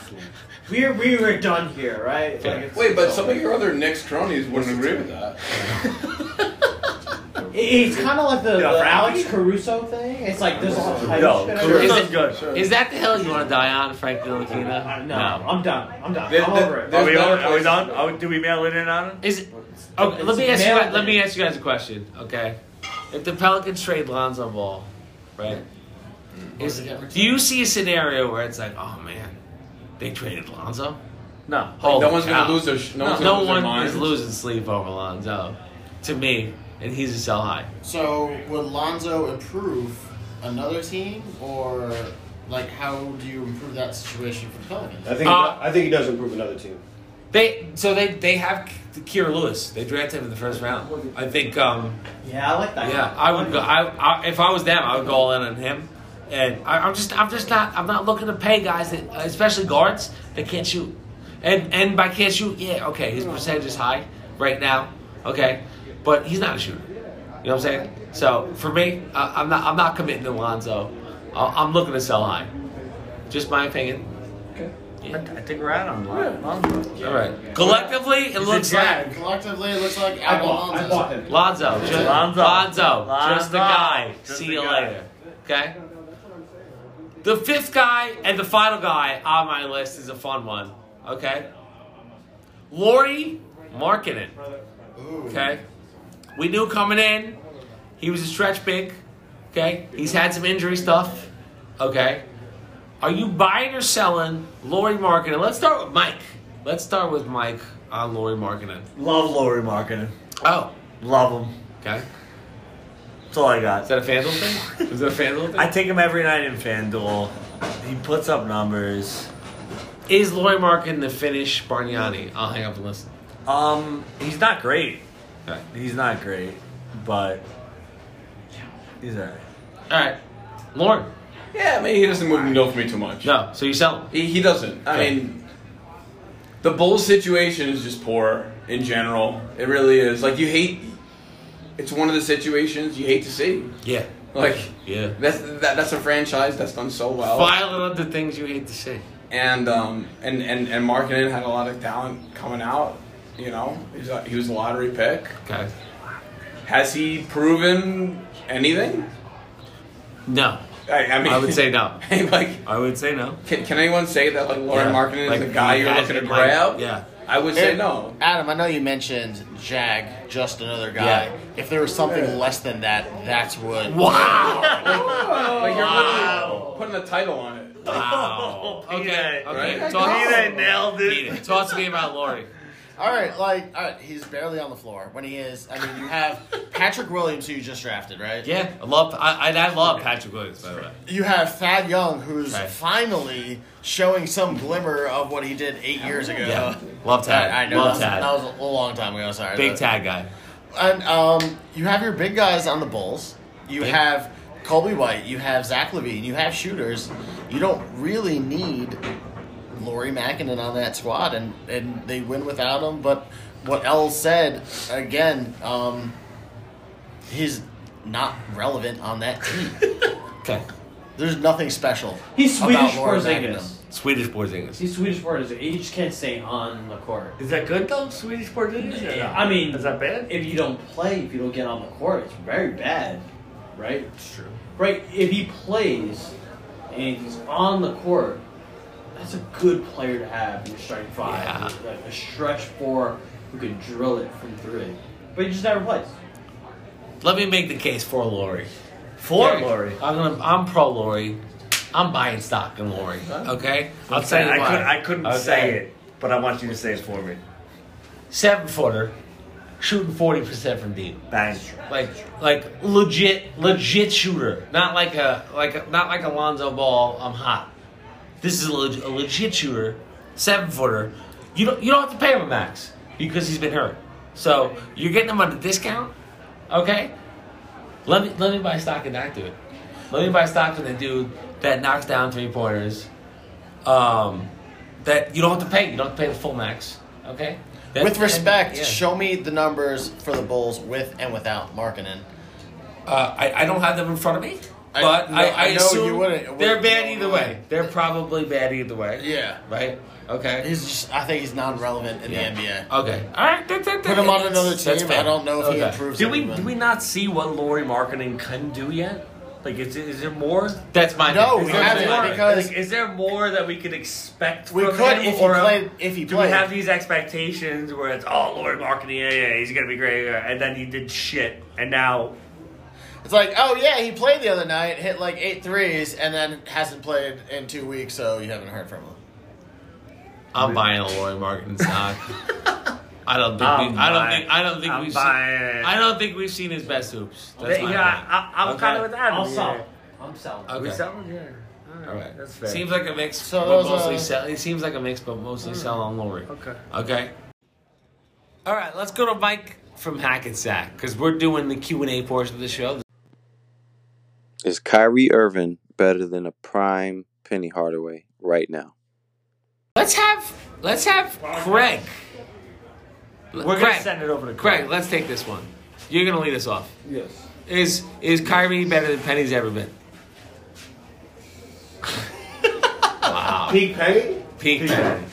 Speaker 4: We're, we were done here, right? Like,
Speaker 1: Yeah.
Speaker 4: it's-
Speaker 6: Wait, but some of your other Knicks cronies wouldn't agree with that.
Speaker 4: It- it's kind of like the,
Speaker 2: Yeah,
Speaker 4: the
Speaker 2: Frank?
Speaker 4: Alex Caruso thing. It's like there's all types
Speaker 2: No,
Speaker 4: of shit.
Speaker 2: Caruso.
Speaker 4: Is it-
Speaker 2: Sounds good.
Speaker 6: Sure.
Speaker 1: is that the hill you want to die on, Frank
Speaker 4: Uh,
Speaker 1: Ntilikina?
Speaker 4: no, I'm done. I'm done.
Speaker 6: The-
Speaker 4: I'm
Speaker 6: the-
Speaker 4: over it.
Speaker 6: the-
Speaker 2: Are we
Speaker 6: There's
Speaker 2: on?
Speaker 6: better
Speaker 2: Are we
Speaker 6: places
Speaker 2: on?
Speaker 6: to
Speaker 2: Are, we- do we mail it in on him?
Speaker 1: Is it? Okay, let me
Speaker 4: It's
Speaker 1: ask you. Guys,
Speaker 4: mailed
Speaker 1: let me
Speaker 4: in.
Speaker 1: ask you guys a question. Okay, if the Pelicans trade Lonzo Ball, right? Is,
Speaker 6: Mm-hmm.
Speaker 5: Does it get returned?
Speaker 1: do you see a scenario where it's like, oh man, they traded Lonzo?
Speaker 2: No.
Speaker 1: Holy
Speaker 6: no one's
Speaker 1: cow.
Speaker 6: gonna lose their. Sh- no, one's
Speaker 1: No
Speaker 6: gonna lose
Speaker 1: one
Speaker 6: their
Speaker 1: is
Speaker 6: mind.
Speaker 1: losing sleep over Lonzo, to me, and he's a sell high.
Speaker 5: So would Lonzo improve another team, or like how do you improve that situation for the Pelicans?
Speaker 3: I think
Speaker 1: Uh,
Speaker 3: I think he does improve another team.
Speaker 1: They so they they have K- Kira Lewis. They drafted him in the first round. I think. um
Speaker 4: Yeah, I like that.
Speaker 1: Yeah, I would go. I, I if I was them, I would go all in on him. And I, I'm just I'm just not I'm not looking to pay guys that especially guards that can't shoot. And and by can't shoot, yeah, okay, his percentage is high right now, okay, but he's not a shooter. You know what I'm saying? So for me, I, I'm not I'm not committing to Lonzo. I, I'm looking to sell high. Just my opinion.
Speaker 2: I I think we're out on him. Lonzo.
Speaker 1: All right. Collectively, it
Speaker 2: He's a
Speaker 1: looks
Speaker 2: jag.
Speaker 1: like
Speaker 5: Collectively, it looks like
Speaker 4: I
Speaker 5: Al
Speaker 4: bought, I bought
Speaker 5: Lonzo.
Speaker 4: him.
Speaker 1: Lonzo. Just,
Speaker 2: Lonzo.
Speaker 1: Lonzo. Just a
Speaker 2: Lonzo.
Speaker 1: guy.
Speaker 2: Just
Speaker 1: See
Speaker 2: a
Speaker 1: you
Speaker 2: guy.
Speaker 1: later. Okay? The fifth guy and the final guy on my list is a fun one. Okay? Lori Markinen.
Speaker 5: Ooh.
Speaker 1: Okay? We knew coming in, he was a stretch big. Okay, he's had some injury stuff. Okay, are you buying or selling Lori Markkinen? Let's start with Mike. Let's start with Mike on Lori Markkinen.
Speaker 2: Love Lowry marketing.
Speaker 1: Oh,
Speaker 2: Love him.
Speaker 1: okay.
Speaker 2: That's all I got.
Speaker 1: Is that a FanDuel thing? Is that a FanDuel thing?
Speaker 2: I take him every night in FanDuel. He puts up numbers.
Speaker 1: Is Lori Markkinen the finish Bargnani? I'll hang up and listen.
Speaker 2: Um, he's not great.
Speaker 1: Okay.
Speaker 2: He's not great, but he's alright.
Speaker 1: All right, Lori.
Speaker 6: Yeah, I mean, he doesn't move the needle for me too much.
Speaker 1: No, so you sell him.
Speaker 6: He, he doesn't. I
Speaker 1: Okay.
Speaker 6: mean, the Bulls situation is just poor in general. It really is. Like, you hate. It's one of the situations you hate to see.
Speaker 1: Yeah.
Speaker 6: Like,
Speaker 1: Yeah.
Speaker 6: that's that, that's a franchise that's done so well.
Speaker 1: File it under things you hate to see.
Speaker 6: And um and and and marketing had a lot of talent coming out. You know, he's a, he was a lottery pick.
Speaker 1: Okay.
Speaker 6: Has he proven anything?
Speaker 1: No,
Speaker 6: I, I mean,
Speaker 1: I would say no.
Speaker 6: like,
Speaker 1: I would say no.
Speaker 6: can, can anyone say that like Lauren
Speaker 1: Yeah.
Speaker 6: Marketing
Speaker 1: Like,
Speaker 6: is the guy you're
Speaker 1: yeah,
Speaker 6: looking to
Speaker 1: it might-
Speaker 6: grab?
Speaker 1: yeah.
Speaker 6: I would say no.
Speaker 5: Adam, I know you mentioned Jag, just another guy.
Speaker 1: Yeah.
Speaker 5: If there was something less than that, that's what.
Speaker 1: Wow.
Speaker 6: Like you're literally putting a title on it.
Speaker 1: Wow. Okay. Okay.
Speaker 6: Right?
Speaker 1: Talk,
Speaker 2: Peter nailed it.
Speaker 1: Peter, talk to me about Lori.
Speaker 5: All right, like, all right, he's barely on the floor. When he is, I mean, you have Patrick Williams, who you just drafted, right?
Speaker 1: Yeah, I love. I, I, I love Patrick Williams. By the way.
Speaker 5: You have Thad Young, who's
Speaker 1: Right.
Speaker 5: finally showing some glimmer of what he did eight years ago.
Speaker 1: Yeah. Love Tad.
Speaker 5: I, I know
Speaker 1: love
Speaker 5: that,
Speaker 1: Tad.
Speaker 5: was, that was a long time ago. Sorry.
Speaker 1: Big
Speaker 5: but-
Speaker 1: Tad guy.
Speaker 5: And um, you have your big guys on the Bulls. You
Speaker 1: Big-
Speaker 5: have Colby White. You have Zach Levine. You have shooters. You don't really need Laurie Mackinnon on that squad, and, and they win without him. But what El said again, um, he's not relevant on that team.
Speaker 1: Okay.
Speaker 5: There's nothing special.
Speaker 4: He's
Speaker 5: about
Speaker 4: Swedish
Speaker 5: Lauri Markkanen.
Speaker 4: Porzingis.
Speaker 1: Swedish Porzingis.
Speaker 4: He's Swedish Porzingis. He just can't stay on the court.
Speaker 2: Is that good though? Swedish Portuguese? or no?
Speaker 4: I mean,
Speaker 2: is that bad?
Speaker 4: If you don't play, if you don't get on the court, it's very bad, right?
Speaker 2: It's true.
Speaker 4: Right? If he plays and he's on the court, that's a good player to have in your starting five.
Speaker 1: Yeah.
Speaker 4: Like a stretch four who can drill it from three. But he just never plays.
Speaker 1: Let me make the case for Lori. For
Speaker 2: Okay.
Speaker 1: Lori. I'm gonna. I'm pro Lori. I'm buying stock in Lori. Okay. I'll tell you
Speaker 2: I,
Speaker 1: why.
Speaker 2: could, I couldn't
Speaker 1: Okay.
Speaker 2: say it, but I want you to say it for me.
Speaker 1: Seven footer, shooting forty percent from deep.
Speaker 2: Bang.
Speaker 1: like like legit legit shooter not like a like a, not like Alonzo Ball I'm hot this is a, leg, a legit shooter seven footer you don't you don't have to pay him a max because he's been hurt so you're getting him on a discount okay let me let me buy stock in that dude let me buy stock in the dude that knocks down three pointers um that you don't have to pay you don't have to pay the full max okay That-
Speaker 5: With respect,
Speaker 1: yeah.
Speaker 5: show me the numbers for the Bulls with and without Markkinen.
Speaker 1: Uh, I, I don't have them in front of me,
Speaker 5: I-
Speaker 1: but
Speaker 5: no,
Speaker 1: I, I,
Speaker 5: I know
Speaker 1: assume
Speaker 5: you wouldn't- it
Speaker 1: they're
Speaker 5: wouldn't
Speaker 1: bad
Speaker 5: go
Speaker 1: either
Speaker 5: on.
Speaker 1: way. They're probably bad either way.
Speaker 5: Yeah.
Speaker 1: Right? Okay.
Speaker 5: He's just, I think he's non-relevant in
Speaker 1: Yeah.
Speaker 5: the NBA.
Speaker 1: Okay. All right. That, that, that,
Speaker 5: Put him on
Speaker 1: that's-
Speaker 5: another
Speaker 1: that's
Speaker 5: team.
Speaker 1: fair.
Speaker 5: I don't know if he
Speaker 1: Okay.
Speaker 5: improves.
Speaker 2: Did we
Speaker 5: anyone.
Speaker 2: did we not see what Lori marketing can do yet? Like, is is there more?
Speaker 1: That's my
Speaker 5: No,
Speaker 1: thing.
Speaker 5: we
Speaker 1: That's
Speaker 5: haven't,
Speaker 1: my thing.
Speaker 5: because-
Speaker 2: like, is there more that we could expect?
Speaker 5: We
Speaker 2: from
Speaker 5: could
Speaker 2: him,
Speaker 5: if he
Speaker 2: or
Speaker 5: played- if he
Speaker 2: do
Speaker 5: played.
Speaker 2: we have these expectations where it's oh Lori marketing, yeah, yeah, he's gonna be great, yeah, and then he did shit, and now
Speaker 5: It's like, oh yeah, he played the other night, hit like eight threes, and then hasn't played in two weeks, so you haven't heard from him.
Speaker 1: I'm buying a Lori Martin stock. I don't think.
Speaker 2: I'm
Speaker 1: we, I don't
Speaker 2: buying-
Speaker 1: think. I don't think
Speaker 2: I'm
Speaker 1: we've.
Speaker 2: buying
Speaker 1: Seen,
Speaker 2: it.
Speaker 1: I don't think we've seen his best hoops. That's my
Speaker 2: yeah, I, I'm
Speaker 1: Okay.
Speaker 2: kind of with Adam.
Speaker 4: I'll
Speaker 2: here.
Speaker 4: sell. I'm selling.
Speaker 1: Okay.
Speaker 2: We sell, yeah. All right,
Speaker 1: All right.
Speaker 2: that's fair.
Speaker 1: Seems like a mix,
Speaker 5: So
Speaker 1: but
Speaker 5: those
Speaker 1: mostly
Speaker 5: are-
Speaker 1: sell. It seems like a mix, but mostly sell on Lori.
Speaker 2: Okay.
Speaker 1: Okay. All right, let's go to Mike from Hackensack because we're doing the Q and A portion of the show.
Speaker 7: Is Kyrie Irving better than a prime Penny Hardaway right now?
Speaker 1: Let's have let's have Craig.
Speaker 2: we're
Speaker 1: Craig,
Speaker 2: gonna send it over to Craig.
Speaker 1: Craig, let's take this one. You're gonna lead us off.
Speaker 3: Yes.
Speaker 1: Is is Kyrie better than Penny's ever been? wow.
Speaker 3: Peak Penny?
Speaker 1: Peak. Penny.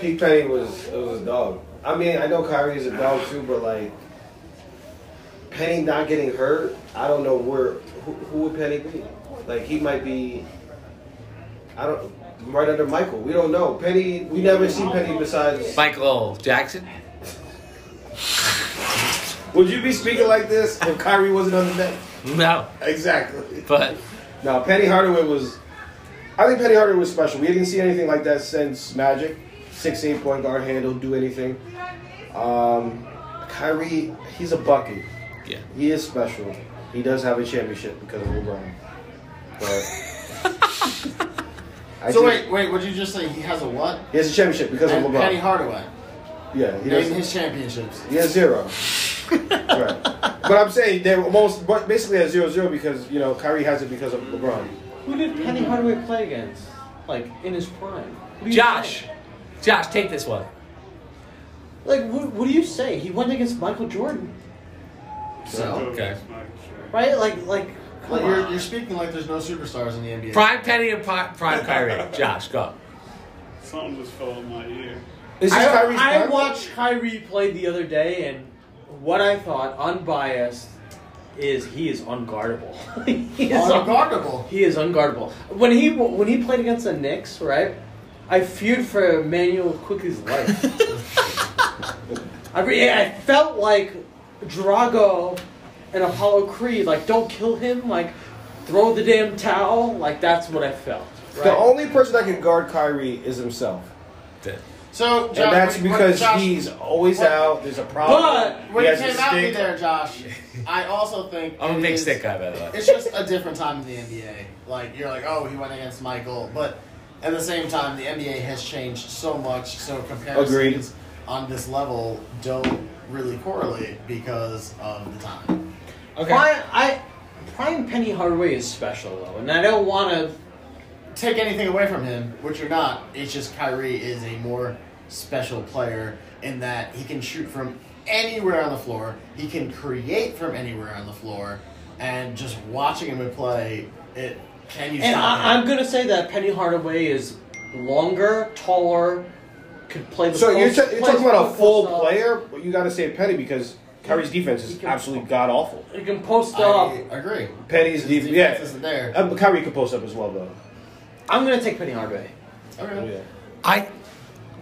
Speaker 3: Peak Penny was it was a dog. I mean, I know Kyrie's a dog too, but like Penny not getting hurt, I don't know where who, who would Penny be. Like he might be, I don't right under Michael. We don't know. Penny, we never see Penny besides
Speaker 1: Michael Jackson.
Speaker 3: Would you be speaking like this if Kyrie wasn't on the bench?
Speaker 1: No,
Speaker 3: Exactly.
Speaker 1: but
Speaker 3: No, Penny Hardaway was. I think Penny Hardaway was special. We didn't see anything like that since Magic. Six eight point guard handle, do anything. Um, Kyrie, he's a bucket.
Speaker 1: Yeah.
Speaker 3: He is special. He does have a championship because of LeBron. But. I
Speaker 5: So
Speaker 3: think-
Speaker 5: wait, wait. What did you just say? He has a what?
Speaker 3: He has a championship because of
Speaker 5: And
Speaker 3: LeBron.
Speaker 5: Penny Hardaway.
Speaker 3: yeah, he does.
Speaker 5: Name his championships.
Speaker 3: He has zero. right. But I'm saying they were most but basically at zero zero because you know Kyrie has it because of LeBron.
Speaker 4: Who did Penny Hardaway play against? Like in his prime. What do you
Speaker 1: Josh,
Speaker 4: say?
Speaker 1: Josh, take this one.
Speaker 4: Like what, what do you say? He went against Michael Jordan,
Speaker 5: So
Speaker 1: Okay.
Speaker 4: right? Like like.
Speaker 5: like, you're, you're speaking like there's no superstars in the NBA.
Speaker 1: Prime Penny and Pri- Prime Kyrie. Josh, go.
Speaker 8: Something just fell in my ear.
Speaker 3: This is
Speaker 4: I,
Speaker 3: Kyrie's
Speaker 4: I
Speaker 3: prime?
Speaker 4: watched Kyrie play the other day, and what I thought, unbiased, is he is unguardable. he, is un-
Speaker 5: Unguardable.
Speaker 4: he is unguardable. When he when he played against the Knicks, right? I feared for Emmanuel Quickly's life. I, re- yeah, I felt like Drago and Apollo Creed, like don't kill him, like throw the damn towel, like that's what I felt. Right?
Speaker 3: The only person that can guard Kyrie is himself.
Speaker 5: So Oh, Josh,
Speaker 3: and that's
Speaker 5: when- when
Speaker 3: because
Speaker 5: Josh-
Speaker 3: he's always
Speaker 5: what-
Speaker 3: out. There's a problem.
Speaker 5: When
Speaker 3: he
Speaker 5: you
Speaker 3: has a
Speaker 5: came at me
Speaker 3: stick.
Speaker 5: there, Josh, I also think
Speaker 1: I'm a
Speaker 5: it
Speaker 1: big
Speaker 5: is-
Speaker 1: stick guy, by the way.
Speaker 5: It's just a different time in the NBA. Like you're like, oh, he went against Michael, but at the same time, the NBA has changed so much. So comparisons
Speaker 3: Agreed.
Speaker 5: on this level don't really correlate because of the time.
Speaker 4: Prime, I, Prime Penny Hardaway is special though, and I don't want to.
Speaker 5: Take anything away from him, which you're not. It's just Kyrie is a more special player in that he can shoot from anywhere on the floor. He can create from anywhere on the floor, and just watching him play, it can you
Speaker 4: And
Speaker 5: stop
Speaker 4: I,
Speaker 5: him?
Speaker 4: I'm gonna say that Penny Hardaway is longer, taller, could play the.
Speaker 3: So you're,
Speaker 4: post-
Speaker 3: ta- you're
Speaker 4: plays
Speaker 3: talking about a
Speaker 4: both
Speaker 3: full
Speaker 4: post up.
Speaker 3: player, but you got to say Penny because Kyrie's defense
Speaker 4: He
Speaker 3: is
Speaker 4: can-
Speaker 3: absolutely god awful.
Speaker 4: He can post up.
Speaker 5: I agree.
Speaker 3: Penny's
Speaker 5: His
Speaker 3: defense, yeah.
Speaker 5: isn't there.
Speaker 3: Um, Kyrie could post up as well though.
Speaker 4: I'm gonna take Penny Hardaway.
Speaker 3: Oh,
Speaker 5: Okay.
Speaker 3: yeah.
Speaker 1: I.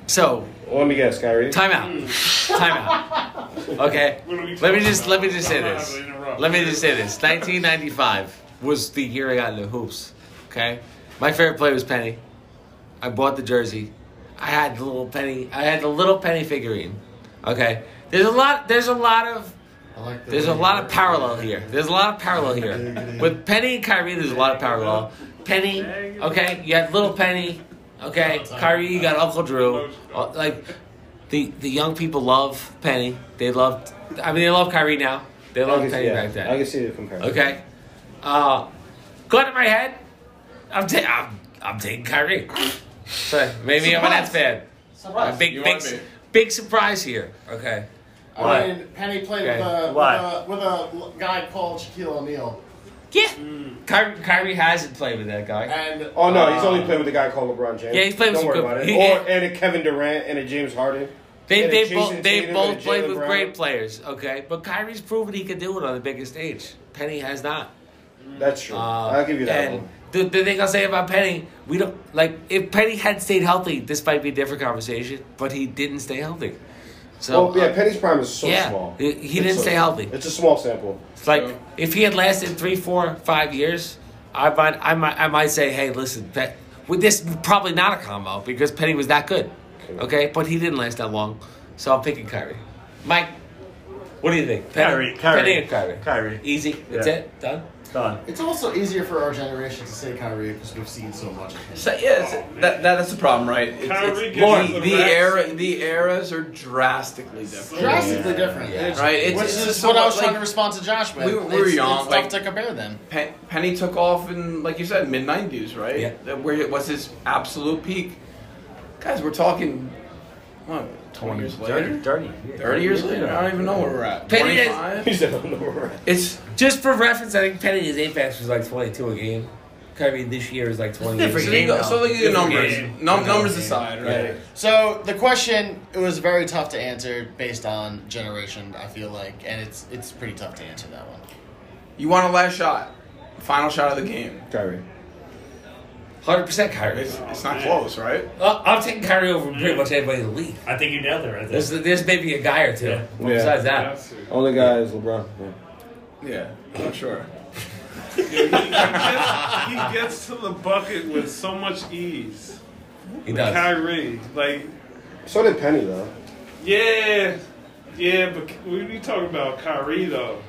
Speaker 1: So
Speaker 3: Well, let me guess, Kyrie.
Speaker 1: time out. Time out. Okay.
Speaker 8: What are
Speaker 1: Let
Speaker 8: we
Speaker 1: me
Speaker 8: talking
Speaker 1: just let me just say
Speaker 8: about? I'm not
Speaker 1: this.
Speaker 8: gonna interrupt.
Speaker 1: Let me just say this. 1995 was the year I got in the hoops. Okay. My favorite player was Penny. I bought the jersey. I had the little penny. I had the little penny figurine. Okay. There's a lot. There's a lot of
Speaker 5: I like the
Speaker 1: There's a
Speaker 5: way you
Speaker 1: lot
Speaker 5: work
Speaker 1: of
Speaker 5: with
Speaker 1: parallel
Speaker 5: that.
Speaker 1: here. There's a lot of parallel here. With Penny and Kyrie, there's a lot of parallel. Penny, okay, you had little Penny, okay. Kyrie, you got Uncle Drew. Uh, Like the the young people love Penny. They loved. I mean, they love Kyrie now. They
Speaker 3: I
Speaker 1: love
Speaker 3: can,
Speaker 1: Penny
Speaker 3: yeah,
Speaker 1: back
Speaker 3: I can
Speaker 1: then.
Speaker 3: see the comparison.
Speaker 1: Okay. Uh, gun in my head. I'm taking. I'm, I'm taking Kyrie. So maybe I'm a Nets fan. A
Speaker 5: Surprise.
Speaker 1: big
Speaker 6: You
Speaker 1: big
Speaker 6: are big.
Speaker 1: big surprise here. Okay.
Speaker 5: I mean, Penny played
Speaker 1: Okay.
Speaker 5: with, a, with, uh,
Speaker 2: Why?
Speaker 5: a, with a l- guy called Shaquille O'Neal,
Speaker 1: Yeah.
Speaker 2: Mm.
Speaker 1: Kyrie, Kyrie hasn't played with that guy.
Speaker 5: and
Speaker 3: Oh no, he's
Speaker 5: uh,
Speaker 3: only playing with a guy called LeBron James.
Speaker 1: Um, Yeah, he's playing with
Speaker 3: Don't
Speaker 1: some good-
Speaker 3: worry about it.
Speaker 1: he-
Speaker 3: or and a Kevin Durant and a James Harden.
Speaker 1: They
Speaker 3: And
Speaker 1: they
Speaker 3: a
Speaker 1: both
Speaker 3: Jason
Speaker 1: they
Speaker 3: Tatum and
Speaker 1: both
Speaker 3: a
Speaker 1: played
Speaker 3: Jaylen
Speaker 1: with
Speaker 3: Brown.
Speaker 1: great players, okay? But Kyrie's proven he can do it on the biggest stage. Penny has not.
Speaker 3: That's true.
Speaker 1: Uh,
Speaker 3: I'll give you that
Speaker 1: and
Speaker 3: one.
Speaker 1: The, the thing I'll say about Penny, we don't like if Penny had stayed healthy, this might be a different conversation. But he didn't stay healthy, so
Speaker 3: Well, yeah,
Speaker 1: uh,
Speaker 3: Penny's prime is so
Speaker 1: yeah,
Speaker 3: small.
Speaker 1: he- he
Speaker 3: It's
Speaker 1: didn't
Speaker 3: so-
Speaker 1: stay healthy.
Speaker 3: It's a small sample.
Speaker 1: it's like
Speaker 6: So-
Speaker 1: if he had lasted three, four, five years, I might I might I might say, hey, listen, Pe- with this probably not a combo because Penny was that good, okay? But he didn't last that long, so I'm picking Kyrie. Mike, what do you think?
Speaker 2: Kyrie, Kyrie.
Speaker 1: Penny and Kyrie,
Speaker 2: Kyrie.
Speaker 1: easy. That's
Speaker 2: Yeah.
Speaker 1: it. Done.
Speaker 2: Done.
Speaker 5: it's also easier for our generation to say Kyrie because we've seen so much of him.
Speaker 6: So, yes, that, that is the problem, right? It's, it's,
Speaker 8: Kyrie gives us
Speaker 6: the,
Speaker 8: the
Speaker 6: the
Speaker 8: rest.
Speaker 6: era, the eras are drastically different.
Speaker 5: Drastically different,
Speaker 1: Yeah.
Speaker 5: It's-
Speaker 6: Right, it's-
Speaker 5: Which
Speaker 6: it's
Speaker 5: is
Speaker 6: just
Speaker 5: what I was
Speaker 6: somewhat
Speaker 5: trying
Speaker 6: like-
Speaker 5: to respond to Josh with.
Speaker 6: We were- we were
Speaker 5: It's-
Speaker 6: young,
Speaker 5: it's
Speaker 6: like-
Speaker 5: tough to compare them.
Speaker 6: Pen, Penny took off in, like you said, mid '90s, right?
Speaker 1: Yeah.
Speaker 6: That Where it was his absolute peak. Guys, we're talking what, 20 years later, 30,
Speaker 2: Dirty.
Speaker 6: years later. I don't even know where we're at.
Speaker 1: Penny is-
Speaker 6: 25?
Speaker 3: He's on the right.
Speaker 6: It's
Speaker 1: Just for reference, I think Penny is Apex was like 22 a game. Kyrie this year is like 20.
Speaker 6: so,
Speaker 1: Different
Speaker 6: there you go. so look at the
Speaker 1: Different
Speaker 6: numbers.
Speaker 1: game.
Speaker 6: Num- numbers aside, right?
Speaker 5: So the question it was very tough to answer based on generation. I feel like, and it's it's pretty tough to answer that one.
Speaker 6: You want a last shot, final shot of the game.
Speaker 3: Kyrie.
Speaker 1: Hundred percent Kyrie.
Speaker 6: It's, it's not close, right?
Speaker 1: Uh, I'm taking Kyrie over pretty much anybody in the league.
Speaker 2: I think you nailed it right there.
Speaker 1: There's, there's maybe a guy or two.
Speaker 2: Yeah.
Speaker 1: But Besides that,
Speaker 8: That's it.
Speaker 3: Only guy is LeBron. Yeah.
Speaker 6: Yeah, I'm sure.
Speaker 8: He gets, he gets to the bucket with so much ease.
Speaker 1: he does.
Speaker 8: Kyrie, like,
Speaker 3: So did Penny though.
Speaker 8: yeah, yeah, but when you talk about Kyrie though,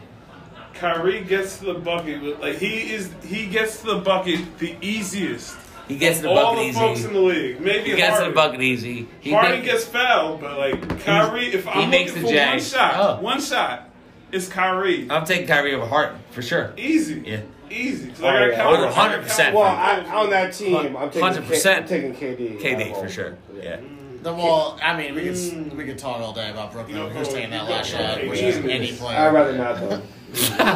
Speaker 8: Kyrie gets to the bucket with like he is he gets to the bucket the easiest.
Speaker 1: he gets to the
Speaker 8: All
Speaker 1: bucket
Speaker 8: the
Speaker 1: easy.
Speaker 8: folks in the league, maybe
Speaker 1: he gets to
Speaker 8: Harden.
Speaker 1: the bucket easy. He
Speaker 8: Harden
Speaker 1: make-
Speaker 8: gets fouled, but like Kyrie, if I'm
Speaker 1: makes
Speaker 8: looking
Speaker 1: the
Speaker 8: for
Speaker 1: J.
Speaker 8: one shot,
Speaker 1: Oh.
Speaker 8: one shot, it's Kyrie.
Speaker 1: I'm taking Kyrie over Harden for sure.
Speaker 8: Easy.
Speaker 1: Yeah.
Speaker 8: Easy. 'Cause
Speaker 3: Oh,
Speaker 8: I
Speaker 3: yeah.
Speaker 8: got Cowboys.
Speaker 1: 100%.
Speaker 8: I
Speaker 3: Well,
Speaker 8: got
Speaker 3: I,
Speaker 8: Cowboys.
Speaker 3: on that team, I'm taking
Speaker 1: 100%.
Speaker 3: K, I'm taking KD.
Speaker 1: KD for sure. Yeah.
Speaker 5: The, well, I mean, we could s- we could talk all day about Brooklyn.
Speaker 8: No,
Speaker 5: Who's taking that
Speaker 8: no,
Speaker 5: last
Speaker 8: no,
Speaker 5: shot?
Speaker 8: no,
Speaker 5: Which
Speaker 8: no,
Speaker 5: is
Speaker 8: no.
Speaker 5: any
Speaker 3: I'd
Speaker 5: player.
Speaker 3: rather not though.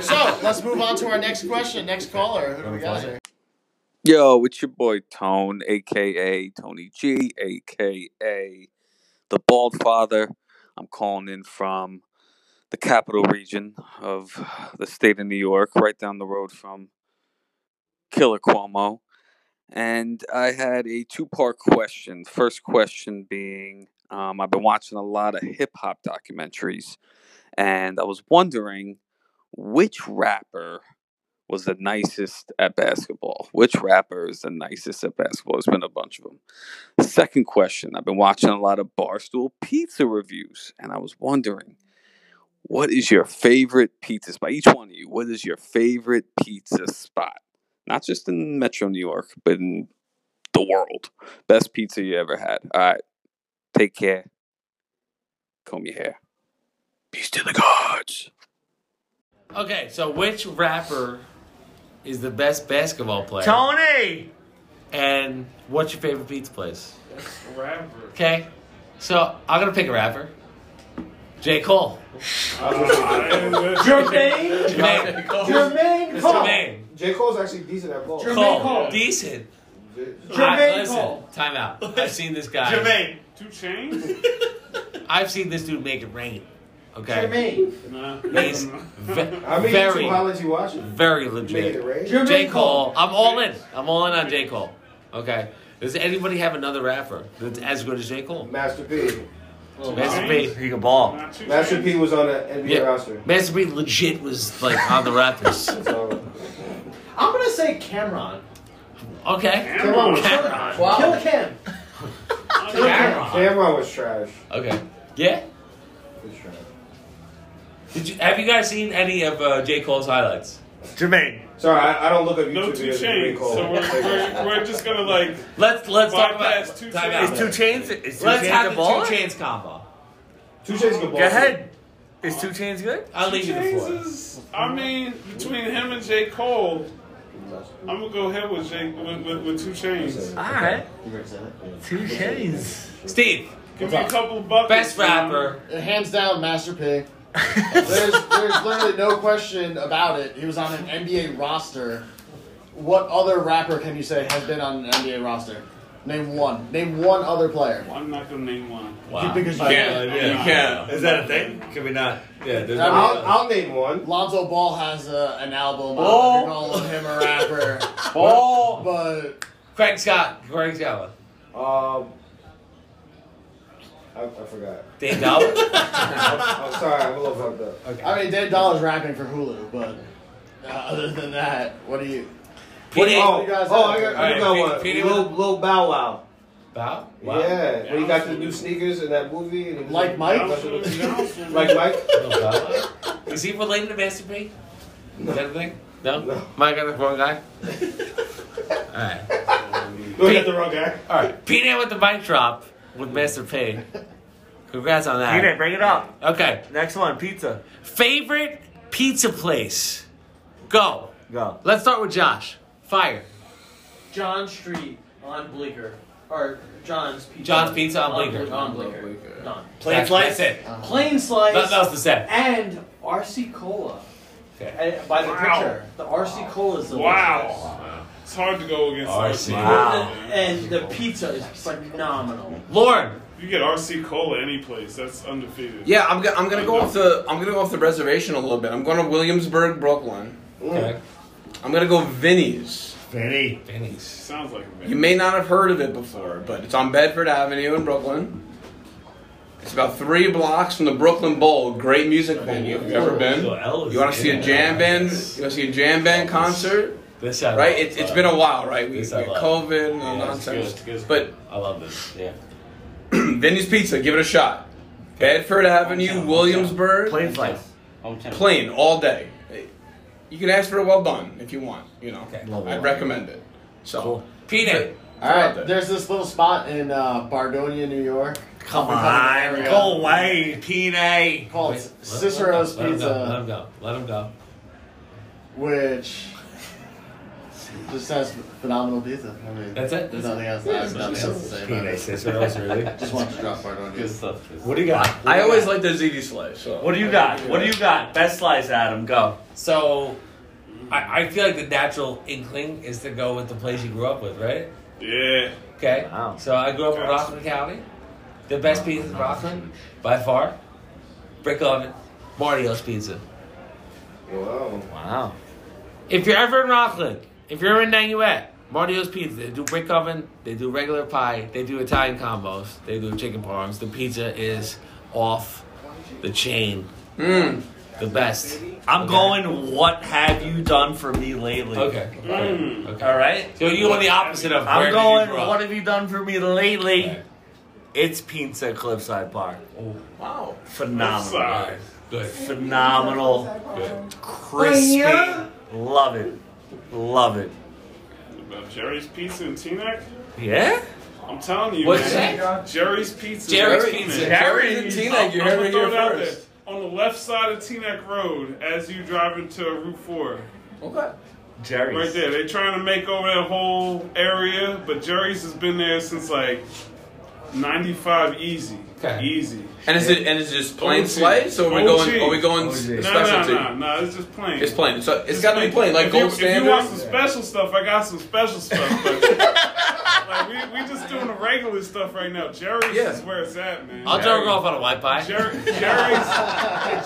Speaker 5: So let's move on to our next question. Next caller. Who do we got here?
Speaker 7: Yo, it's your boy Tone, aka Tony G, aka the Bald Father. I'm calling in from the capital region of the state of New York, right down the road from Killer Cuomo. And I had a two part question. First question being um, I've been watching a lot of hip hop documentaries, and I was wondering which rapper was the nicest at basketball? Which rapper is the nicest at basketball? There's been a bunch of them. Second question I've been watching a lot of Barstool pizza reviews, and I was wondering, what is your favorite pizza spot? Each one of you, what is your favorite pizza spot? Not just in Metro New York, but in the world. Best pizza you ever had. All right. Take care. Comb your hair. Peace to the gods.
Speaker 1: Okay, so which rapper is the best basketball player?
Speaker 2: Tony!
Speaker 1: And what's your favorite pizza place?
Speaker 8: Rapper.
Speaker 1: Okay, so I'm gonna pick a rapper. J. Cole.
Speaker 2: Jermaine!
Speaker 1: Jermaine.
Speaker 3: Jermaine
Speaker 1: Jermaine.
Speaker 3: J Cole's actually decent at ball.
Speaker 1: Cole.
Speaker 2: Cole.
Speaker 1: Decent.
Speaker 2: Jermaine
Speaker 1: I, listen,
Speaker 2: Cole.
Speaker 1: Time out. I've seen this guy.
Speaker 2: Jermaine!
Speaker 8: Two chains?
Speaker 1: I've seen this dude make it rain. Okay.
Speaker 4: Jermaine.
Speaker 8: Nah.
Speaker 1: He's ve-
Speaker 3: I mean,
Speaker 1: very,
Speaker 3: too, how did you watch it?
Speaker 1: very
Speaker 3: Making
Speaker 1: legit.
Speaker 3: it rain.
Speaker 4: Jermaine
Speaker 1: J. Cole.
Speaker 4: Cole.
Speaker 1: I'm all in. I'm all in on J. Cole. Okay. Does anybody have another rapper that's as good as J. Cole?
Speaker 3: Master P.
Speaker 1: Master P. He can ball.
Speaker 8: Not two
Speaker 3: Master
Speaker 8: chains.
Speaker 3: P was on the NBA
Speaker 1: Yeah.
Speaker 3: roster.
Speaker 1: Master P legit was like on the Raptors.
Speaker 3: So,
Speaker 4: I'm gonna say Cameron.
Speaker 1: Okay.
Speaker 8: Cameron was-
Speaker 1: Cameron.
Speaker 4: Kill Cam.
Speaker 1: Cameron.
Speaker 3: Cameron was trash.
Speaker 1: Okay. Yeah.
Speaker 3: Was trash.
Speaker 1: Did you, have you guys seen any of uh, J. Cole's highlights?
Speaker 2: Jermaine.
Speaker 3: Sorry, I, I don't look at YouTube
Speaker 8: No
Speaker 3: videos
Speaker 8: two
Speaker 3: of J
Speaker 8: chains.
Speaker 3: Cole.
Speaker 8: So we're, we're, we're just gonna like.
Speaker 1: Let's let's talk
Speaker 8: Bypass
Speaker 1: about
Speaker 8: two
Speaker 1: time
Speaker 8: chains.
Speaker 1: out.
Speaker 2: Is two chains? Is two
Speaker 1: Let's
Speaker 2: chains
Speaker 1: have
Speaker 2: a
Speaker 1: the
Speaker 2: baller?
Speaker 1: two chains combo.
Speaker 3: Two Chainz can ball.
Speaker 2: Go ahead. Is two chains good?
Speaker 1: I'll leave you the
Speaker 8: Chains
Speaker 1: floor.
Speaker 8: is, I mean, between him and J. Cole, I'm gonna go ahead with J. With, with, with two chains.
Speaker 2: Alright. Two chains.
Speaker 1: Steve,
Speaker 8: Give me a couple buckets.
Speaker 1: best
Speaker 8: man.
Speaker 1: rapper.
Speaker 5: Uh, Hands down, Master P. there's, there's literally no question about it. He was on an NBA roster. What other rapper can you say has been on an NBA roster? Name one. Name one other player.
Speaker 8: I'm not gonna name one.
Speaker 1: Wow.
Speaker 5: Because you
Speaker 6: Yeah,
Speaker 5: can't.
Speaker 6: you can't.
Speaker 2: Is that a thing? Can we not? Yeah, there's
Speaker 5: I mean,
Speaker 3: I'll, I'll name one.
Speaker 5: Lonzo Ball has a, an album.
Speaker 6: Ball.
Speaker 5: I'm calling him a rapper.
Speaker 6: Oh,
Speaker 5: but
Speaker 1: Craig Scott. Craig Scott.
Speaker 3: Um, I, I forgot.
Speaker 1: Dave Dowell.
Speaker 3: I'm sorry, I'm a little fucked up.
Speaker 5: I mean, Dead Doll is rapping for Hulu. But uh, other than that, what do you?
Speaker 1: What do you-
Speaker 3: Oh,
Speaker 5: you guys
Speaker 3: oh,
Speaker 5: have?
Speaker 3: I got, I
Speaker 1: All
Speaker 3: got
Speaker 1: right,
Speaker 3: one.
Speaker 1: Petey,
Speaker 3: Lil, Lil Bow Wow.
Speaker 1: Bow?
Speaker 3: Yeah, when he got the new sneakers in that movie. And he was
Speaker 5: Like Mike?
Speaker 3: Like Mike? Uh,
Speaker 1: Wow. Is he related to Master P? Is that a thing? No?
Speaker 3: No.
Speaker 1: Am I got the wrong guy? Alright.
Speaker 3: No, he got the wrong guy.
Speaker 1: Alright. Peanut with the mic drop with Master P. Congrats on that.
Speaker 2: Peanut, bring it up.
Speaker 1: Okay.
Speaker 2: Next one, pizza.
Speaker 1: Favorite pizza place? Go.
Speaker 2: Go.
Speaker 1: Let's start with Josh. Fire.
Speaker 4: John Street on Bleecker. Or John's Pizza.
Speaker 1: John's Pizza on Bleecker.
Speaker 4: On Bleecker. Done. Uh-huh.
Speaker 1: Plain slice. That's it.
Speaker 4: Plain slice.
Speaker 1: Nothing else to say.
Speaker 4: and RC Cola.
Speaker 1: Okay.
Speaker 4: And by the
Speaker 8: Wow.
Speaker 4: picture, the RC Cola is delicious.
Speaker 8: Wow. It's hard to go against
Speaker 1: RC.
Speaker 8: RC.
Speaker 1: Wow.
Speaker 4: And the pizza is phenomenal.
Speaker 1: Lauren.
Speaker 8: You get RC Cola any place. That's undefeated.
Speaker 6: yeah. I'm, go- I'm gonna go off the I'm gonna go off the reservation a little bit. I'm going to Williamsburg, Brooklyn.
Speaker 1: Okay.
Speaker 6: I'm gonna go Vinny's.
Speaker 2: Vinny.
Speaker 1: Vinny's.
Speaker 8: Sounds like a
Speaker 6: You
Speaker 8: man.
Speaker 6: may not have heard of it before, but it's on Bedford Avenue in Brooklyn. It's about three blocks from the Brooklyn Bowl. Great music venue. Have you ever been? You want to see a jam band? You want to see a jam band concert?
Speaker 1: This I
Speaker 6: Right?
Speaker 1: love.
Speaker 6: It's, it's been a while, right? We we
Speaker 1: This I
Speaker 6: got
Speaker 1: love.
Speaker 6: COVID and all
Speaker 1: Yeah, it's good,
Speaker 6: nonsense.
Speaker 1: it's good.
Speaker 6: But
Speaker 1: I love this. Yeah.
Speaker 6: Vinny's Pizza, give it a shot. Bedford Avenue, Williamsburg.
Speaker 2: Plane flights.
Speaker 6: Plain all day. You can ask for a well done if you want. You know,
Speaker 1: Okay.
Speaker 5: Love
Speaker 6: I'd
Speaker 5: it.
Speaker 6: recommend it. So,
Speaker 1: Peanut.
Speaker 5: All right, there's this little spot in uh, Bardonia, New York.
Speaker 2: Come
Speaker 5: Up and
Speaker 2: on,
Speaker 5: coming area
Speaker 2: go away, Pina.
Speaker 5: Called
Speaker 1: Wait, let-
Speaker 5: Cicero's
Speaker 1: let him go, Let him
Speaker 5: Pizza,
Speaker 1: go. Let him go.
Speaker 5: which just has phenomenal pizza. I mean,
Speaker 1: That's it?
Speaker 5: There's nothing else. I have nothing else to say about
Speaker 2: Pina
Speaker 5: it.
Speaker 2: Cicero's really.
Speaker 5: Just wanted to drop Bardonia.
Speaker 1: stuff.
Speaker 2: What do you got?
Speaker 6: I always like the ziti slice. So.
Speaker 2: What do you got? What do you got? Best slice, Adam. Go.
Speaker 1: So, I, I feel like the natural inkling is to go with the place you grew up with, right?
Speaker 8: Yeah.
Speaker 1: Okay.
Speaker 2: Wow.
Speaker 1: So I grew up in Rockland County. The best pizza in Rockland, by far. Brick oven, Mario's Pizza.
Speaker 3: Wow.
Speaker 2: Wow.
Speaker 1: If you're ever in Rockland, if you're in Nanuet, Mario's Pizza. They do brick oven. They do regular pie. They do Italian combos. They do chicken parms. The pizza is off the chain.
Speaker 5: Hmm.
Speaker 6: Mm.
Speaker 1: The best.
Speaker 2: I'm
Speaker 1: Okay.
Speaker 2: going. What have you done for me lately?
Speaker 1: Okay. Okay. okay.
Speaker 2: All right.
Speaker 1: So you went the opposite of where
Speaker 2: I'm
Speaker 1: did
Speaker 2: going.
Speaker 1: You grow up?
Speaker 2: What have you done for me lately?
Speaker 1: Okay. Oh,
Speaker 2: It's Pizza Cliffside Park.
Speaker 6: Wow.
Speaker 2: Phenomenal.
Speaker 8: Sorry.
Speaker 1: Good.
Speaker 2: Phenomenal.
Speaker 1: Good.
Speaker 2: Crispy. Love it. Love it.
Speaker 8: About Jerry's Pizza and Teaneck?
Speaker 2: Yeah.
Speaker 8: I'm telling you.
Speaker 1: What's
Speaker 8: man.
Speaker 1: that?
Speaker 8: Jerry's Pizza.
Speaker 1: Jerry's
Speaker 8: Wait a
Speaker 1: Pizza.
Speaker 8: minute.
Speaker 6: Jerry's and Teaneck, you heard
Speaker 8: gonna
Speaker 6: it
Speaker 8: throw
Speaker 6: here
Speaker 8: it out
Speaker 6: first.
Speaker 8: there. On the left side of Teaneck Road, as you drive into Route 4.
Speaker 6: Okay.
Speaker 2: Jerry's.
Speaker 8: Right there. They're trying to make over that whole area, but Jerry's has been there since like 95 easy.
Speaker 1: Okay.
Speaker 8: Easy.
Speaker 6: And is it and is it just plain
Speaker 8: OG.
Speaker 6: slice or are we
Speaker 8: OG.
Speaker 6: going are we going s-
Speaker 2: OG.
Speaker 8: No, no,
Speaker 6: specialty?
Speaker 8: no, no. It's just plain.
Speaker 6: It's plain. So it's
Speaker 8: Just
Speaker 6: got to be plain, like
Speaker 8: if you,
Speaker 6: gold
Speaker 8: If you want some
Speaker 6: standard.
Speaker 8: special stuff, I got some special stuff. But like we, we just doing the regular stuff right now. Jerry's
Speaker 6: Yeah.
Speaker 8: is where it's at, man.
Speaker 1: I'll jerk off on a white pie.
Speaker 8: Jer- Jerry's.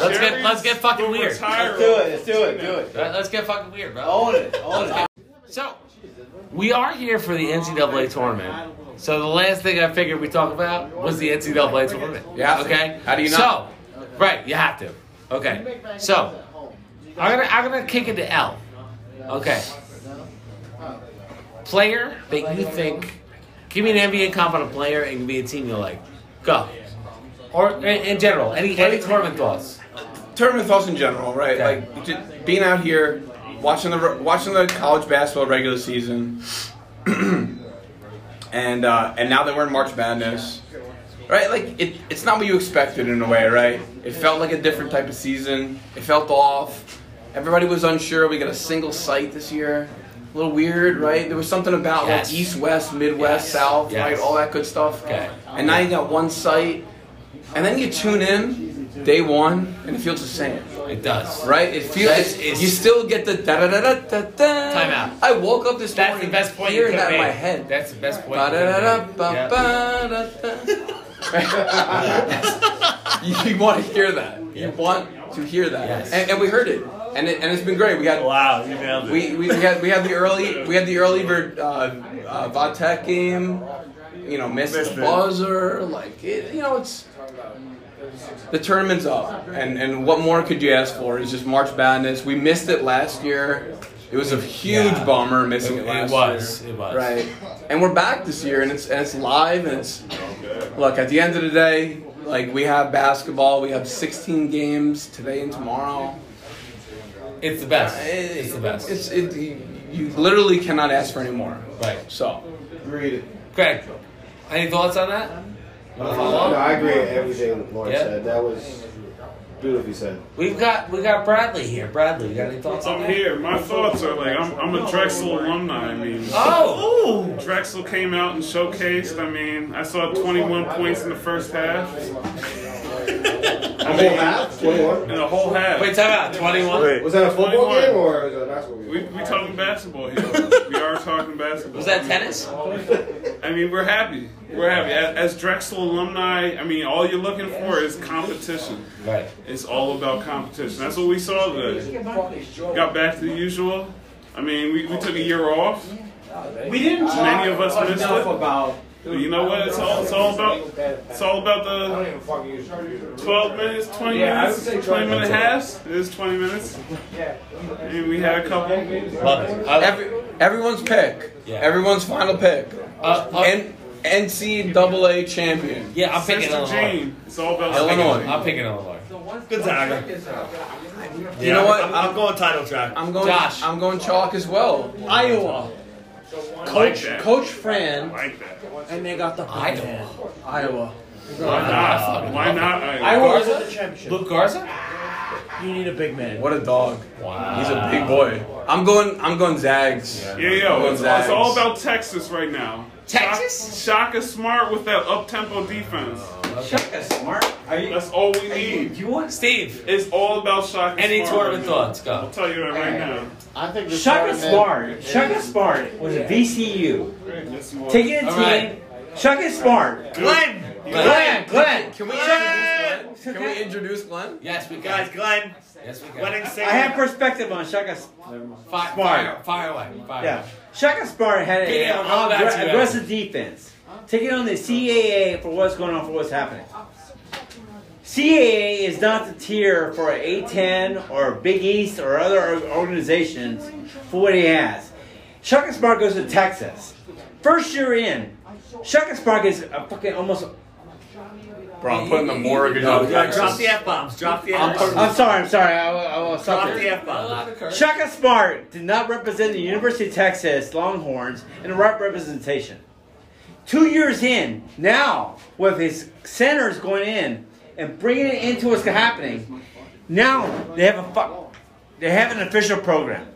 Speaker 1: Let's get- let's get fucking weird.
Speaker 8: Let's
Speaker 5: Let's do it. Let's do it. Do it.
Speaker 1: Right, Let's get fucking weird, bro.
Speaker 5: Own it. Own it.
Speaker 1: So, we are here for the
Speaker 6: Oh,
Speaker 1: NCAA tournament. So, the last thing I figured we talk about was the NCAA tournament.
Speaker 6: Yeah.
Speaker 1: Okay?
Speaker 6: How do you not?
Speaker 1: So, right, you have to. Okay. So, I'm going to I'm gonna kick it to L. Okay. Player that you think, give me an NBA competent player and give me a team you like. Go. Or in, in general, any, any tournament thoughts?
Speaker 6: Tournament thoughts in general, right?
Speaker 1: Okay.
Speaker 6: Like just being out here, watching the watching the college basketball regular season, and uh, and now that we're in March Madness, right? Like it, it's not what you expected in a way, right? It felt like a different type of season. It felt off. Everybody was unsure. We got a single site this year. A little weird, right? There was something about
Speaker 1: Yes.
Speaker 6: like East, West, Midwest,
Speaker 1: Yes.
Speaker 6: South,
Speaker 1: Yes.
Speaker 6: right? All that good stuff.
Speaker 1: Okay.
Speaker 6: And now you got one site, and then you tune in day one, and it feels the same.
Speaker 1: It does.
Speaker 6: Right? It feels
Speaker 1: That's-
Speaker 6: you still get the da da da da da da.
Speaker 1: Time out.
Speaker 6: I woke up this
Speaker 1: That's the
Speaker 6: morning
Speaker 1: best point you
Speaker 6: hearing
Speaker 1: could
Speaker 6: that in
Speaker 1: make.
Speaker 6: my head.
Speaker 1: That's the best point.
Speaker 6: Ba
Speaker 1: you could
Speaker 6: da da da
Speaker 1: make.
Speaker 6: ba
Speaker 1: Yeah.
Speaker 6: ba da da. You, want to hear that. You want to hear that.
Speaker 1: Yes.
Speaker 6: And, and we heard it. And it, and it's been great. We got
Speaker 2: Wow, you nailed it.
Speaker 6: we, we, we had we had the early we had the early bird uh, uh, Vatek game. You know, missed
Speaker 2: Missed
Speaker 6: the
Speaker 2: it.
Speaker 6: buzzer. Like it, you know, it's the tournament's up, and and what more could you ask for? It's just March Madness. We missed it last year. It was a huge
Speaker 1: Yeah.
Speaker 6: bummer
Speaker 1: It,
Speaker 6: missing it, last
Speaker 1: was.
Speaker 6: year.
Speaker 1: It was.
Speaker 6: Right, and we're back this year, and it's and it's live, and it's look. At the end of the day, like we have basketball. We have 16 games today and tomorrow.
Speaker 1: It's the best.
Speaker 6: It-
Speaker 1: It's the best.
Speaker 6: It's it, you- you literally cannot ask for any more.
Speaker 1: right.
Speaker 6: So
Speaker 3: Agreed.
Speaker 1: Craig, any thoughts on that? Wanna follow
Speaker 3: no,
Speaker 1: up?
Speaker 3: I agree with everything Lauren
Speaker 1: Yeah.
Speaker 3: said. That was beautifully said.
Speaker 1: We've got we got Bradley here. Bradley, you got any thoughts on
Speaker 8: I'm
Speaker 1: that?
Speaker 8: here. My thoughts are like I'm, I'm a Drexel alumni. I mean,
Speaker 1: Oh,
Speaker 8: Drexel came out and showcased. I mean, I saw 21 points in the first half. I mean, in
Speaker 3: 21?
Speaker 8: the whole half.
Speaker 1: wait, time out. Twenty-one.
Speaker 3: Was that a football
Speaker 8: 21.
Speaker 3: game or was that a basketball game?
Speaker 8: We, we talking basketball here. we are talking basketball.
Speaker 1: Was that tennis?
Speaker 8: I mean, we're happy. We're happy. As, as Drexel alumni, I mean, all you're looking for is competition.
Speaker 1: Right.
Speaker 8: It's all about competition. That's what we saw today. Got back to the usual. I mean, we, we took a year off.
Speaker 2: We didn't talk
Speaker 8: Uh, Many of us missed
Speaker 2: enough
Speaker 8: it.
Speaker 2: about.
Speaker 8: But you know what? It's all, it's all about it's all
Speaker 3: I
Speaker 8: about
Speaker 3: don't
Speaker 8: the
Speaker 3: even fucking use computer.
Speaker 8: 12 minutes, 20
Speaker 3: Yeah, I
Speaker 8: minutes,
Speaker 3: would say
Speaker 8: 20 minute
Speaker 3: try-
Speaker 8: halves. It was 20 minutes. Yeah. We had a couple.
Speaker 5: Love it. I-
Speaker 6: Every, everyone's pick.
Speaker 1: Yeah.
Speaker 6: Everyone's final pick.
Speaker 5: uh, uh,
Speaker 6: N- NCAA champion.
Speaker 2: Yeah, I'm picking
Speaker 8: Sister
Speaker 2: Illinois.
Speaker 8: Jean. It's all about
Speaker 6: Illinois.
Speaker 2: I'm picking Illinois. Gonzaga.
Speaker 4: uh,
Speaker 6: You know what?
Speaker 2: I'm, I'm going title track.
Speaker 6: I'm going.
Speaker 5: Josh.
Speaker 6: I'm going chalk as well.
Speaker 4: Iowa.
Speaker 8: I like that.
Speaker 4: Coach
Speaker 8: I
Speaker 4: Fran,
Speaker 8: like that.
Speaker 4: and they got the Iowa. Iowa.
Speaker 8: Why not? Why not?
Speaker 4: Iowa
Speaker 8: I
Speaker 4: was at the championship.
Speaker 2: Luke Garza?
Speaker 4: you need a big man.
Speaker 6: What a dog. Wow. He's a big boy. I'm going. I'm going Zags.
Speaker 8: yeah, yo, it's, it's
Speaker 6: Gonzags.
Speaker 8: all about Texas right now.
Speaker 2: Texas?
Speaker 8: Shaka Smart with that up tempo defense.
Speaker 2: Shaka Smart. Are you,
Speaker 8: That's all we need.
Speaker 2: you want Steve?
Speaker 8: It's all about Shaka
Speaker 2: Any
Speaker 8: Smart.
Speaker 2: tournament
Speaker 8: right now.
Speaker 2: thoughts?
Speaker 8: I'll
Speaker 2: Go.
Speaker 8: tell you that right now.
Speaker 5: I think this
Speaker 9: Shaka
Speaker 5: tournament-
Speaker 9: Smart. Shaka Smart was a VCU. Taking a team.
Speaker 6: right.
Speaker 9: Shaka Smart.
Speaker 2: Glenn.
Speaker 9: Glenn. Glenn.
Speaker 6: Can we introduce Glenn? Can we introduce Glenn?
Speaker 1: Yes, we got.
Speaker 9: Guys,
Speaker 1: it.
Speaker 9: Glenn.
Speaker 1: Yes, we got.
Speaker 9: I
Speaker 1: it.
Speaker 9: have perspective on Shaka. S-
Speaker 1: Fire, fire,
Speaker 9: Smart.
Speaker 1: fire away. Fire
Speaker 9: Yeah.
Speaker 1: away.
Speaker 9: Shaka Smart had an
Speaker 1: Yeah, all that together.
Speaker 9: aggressive defense. Taking on the CAA for what's going on, for what's happening. CAA is not the tier for a A10 or a Big East or other or- organizations for what he has. Shaka Smart goes to Texas. First year in, Shaka Smart is a fucking almost.
Speaker 6: Bro, I'm putting the mortgage
Speaker 1: No,
Speaker 6: on
Speaker 1: yeah,
Speaker 6: Texas.
Speaker 2: Drop the F bombs. Drop the
Speaker 6: I'm
Speaker 2: F bombs.
Speaker 6: putting-
Speaker 9: I'm sorry, I'm sorry. I, will- I will stop
Speaker 2: Drop
Speaker 9: there.
Speaker 2: the F bombs.
Speaker 9: Shaka Smart did not represent the University of Texas Longhorns in the right representation. Two years in, now with his centers going in and bringing it into what's happening, now they have a fuck. They have an official program.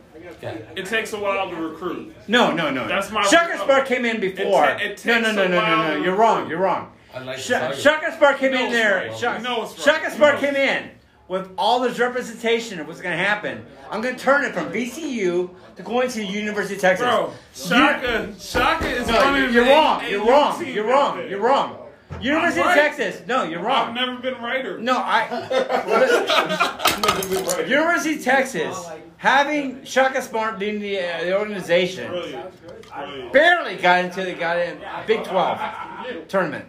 Speaker 8: It takes a while to recruit.
Speaker 9: No, no, no.
Speaker 8: That's my-
Speaker 9: Shaka Smart came in before.
Speaker 8: It ta- it
Speaker 9: no, no,
Speaker 8: takes
Speaker 9: no,
Speaker 8: a
Speaker 9: no,
Speaker 8: while
Speaker 9: no,
Speaker 8: to
Speaker 9: no. You're wrong. You're wrong.
Speaker 1: I'd like to
Speaker 9: Sha-
Speaker 1: tell you.
Speaker 9: Shaka Smart came
Speaker 8: You
Speaker 9: in
Speaker 8: know
Speaker 9: there.
Speaker 8: it's right.
Speaker 9: Shaka,
Speaker 8: You know it's right.
Speaker 9: Shaka
Speaker 8: You
Speaker 9: Smart
Speaker 8: know
Speaker 9: came in with all this representation of what's going to happen. I'm going to turn it from VCU to going to University of Texas.
Speaker 8: Bro, Shaka, Shaka is
Speaker 9: no,
Speaker 8: running.
Speaker 9: you're, you're
Speaker 8: an
Speaker 9: wrong.
Speaker 8: A-
Speaker 9: You're
Speaker 8: AU
Speaker 9: wrong.
Speaker 8: team
Speaker 9: You're
Speaker 8: out
Speaker 9: wrong.
Speaker 8: there.
Speaker 9: You're wrong. University
Speaker 8: I'm right.
Speaker 9: of Texas. No, you're
Speaker 8: I've
Speaker 9: wrong.
Speaker 8: never been righter.
Speaker 9: No, I. University of Texas having Shaka Smart being the, uh, the organization.
Speaker 8: Brilliant. Brilliant.
Speaker 9: barely got into the goddamn Big 12 tournament.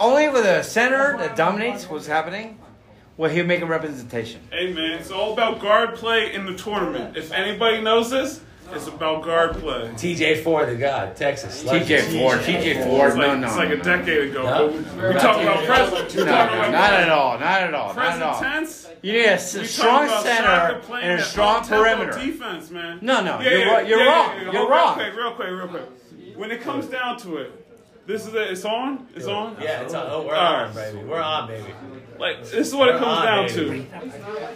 Speaker 9: Only with a center that dominates what's happening will he make a representation.
Speaker 8: Hey man, it's all about guard play in the tournament. If anybody knows this, it's about guard play.
Speaker 1: TJ Ford, the God, Texas.
Speaker 9: TJ Ford, TJ
Speaker 8: It's
Speaker 9: Ford,
Speaker 8: like,
Speaker 9: no, no.
Speaker 8: it's like
Speaker 9: no,
Speaker 8: a decade ago.
Speaker 1: No.
Speaker 8: but we- we talk
Speaker 9: no,
Speaker 8: about present. We're
Speaker 9: no,
Speaker 8: talking
Speaker 9: not
Speaker 8: about
Speaker 9: at all, not at all, not at
Speaker 8: Present
Speaker 9: all.
Speaker 8: tense.
Speaker 9: You need a s-
Speaker 8: We talking
Speaker 9: strong
Speaker 8: about
Speaker 9: center
Speaker 8: soccer playing
Speaker 9: and a
Speaker 8: that
Speaker 9: strong
Speaker 8: up-tempo
Speaker 9: perimeter.
Speaker 8: Defense, man.
Speaker 9: No, no, you're ro- you're wrong, you're
Speaker 8: Hold-
Speaker 9: wrong.
Speaker 8: Real quick, real quick, real quick. When it comes down to it, this is it. It's on. It's on.
Speaker 2: Yeah, it's on. Oh, we're on, baby. We're on, baby.
Speaker 8: Like this is what it comes
Speaker 2: on,
Speaker 8: down
Speaker 2: baby.
Speaker 8: to.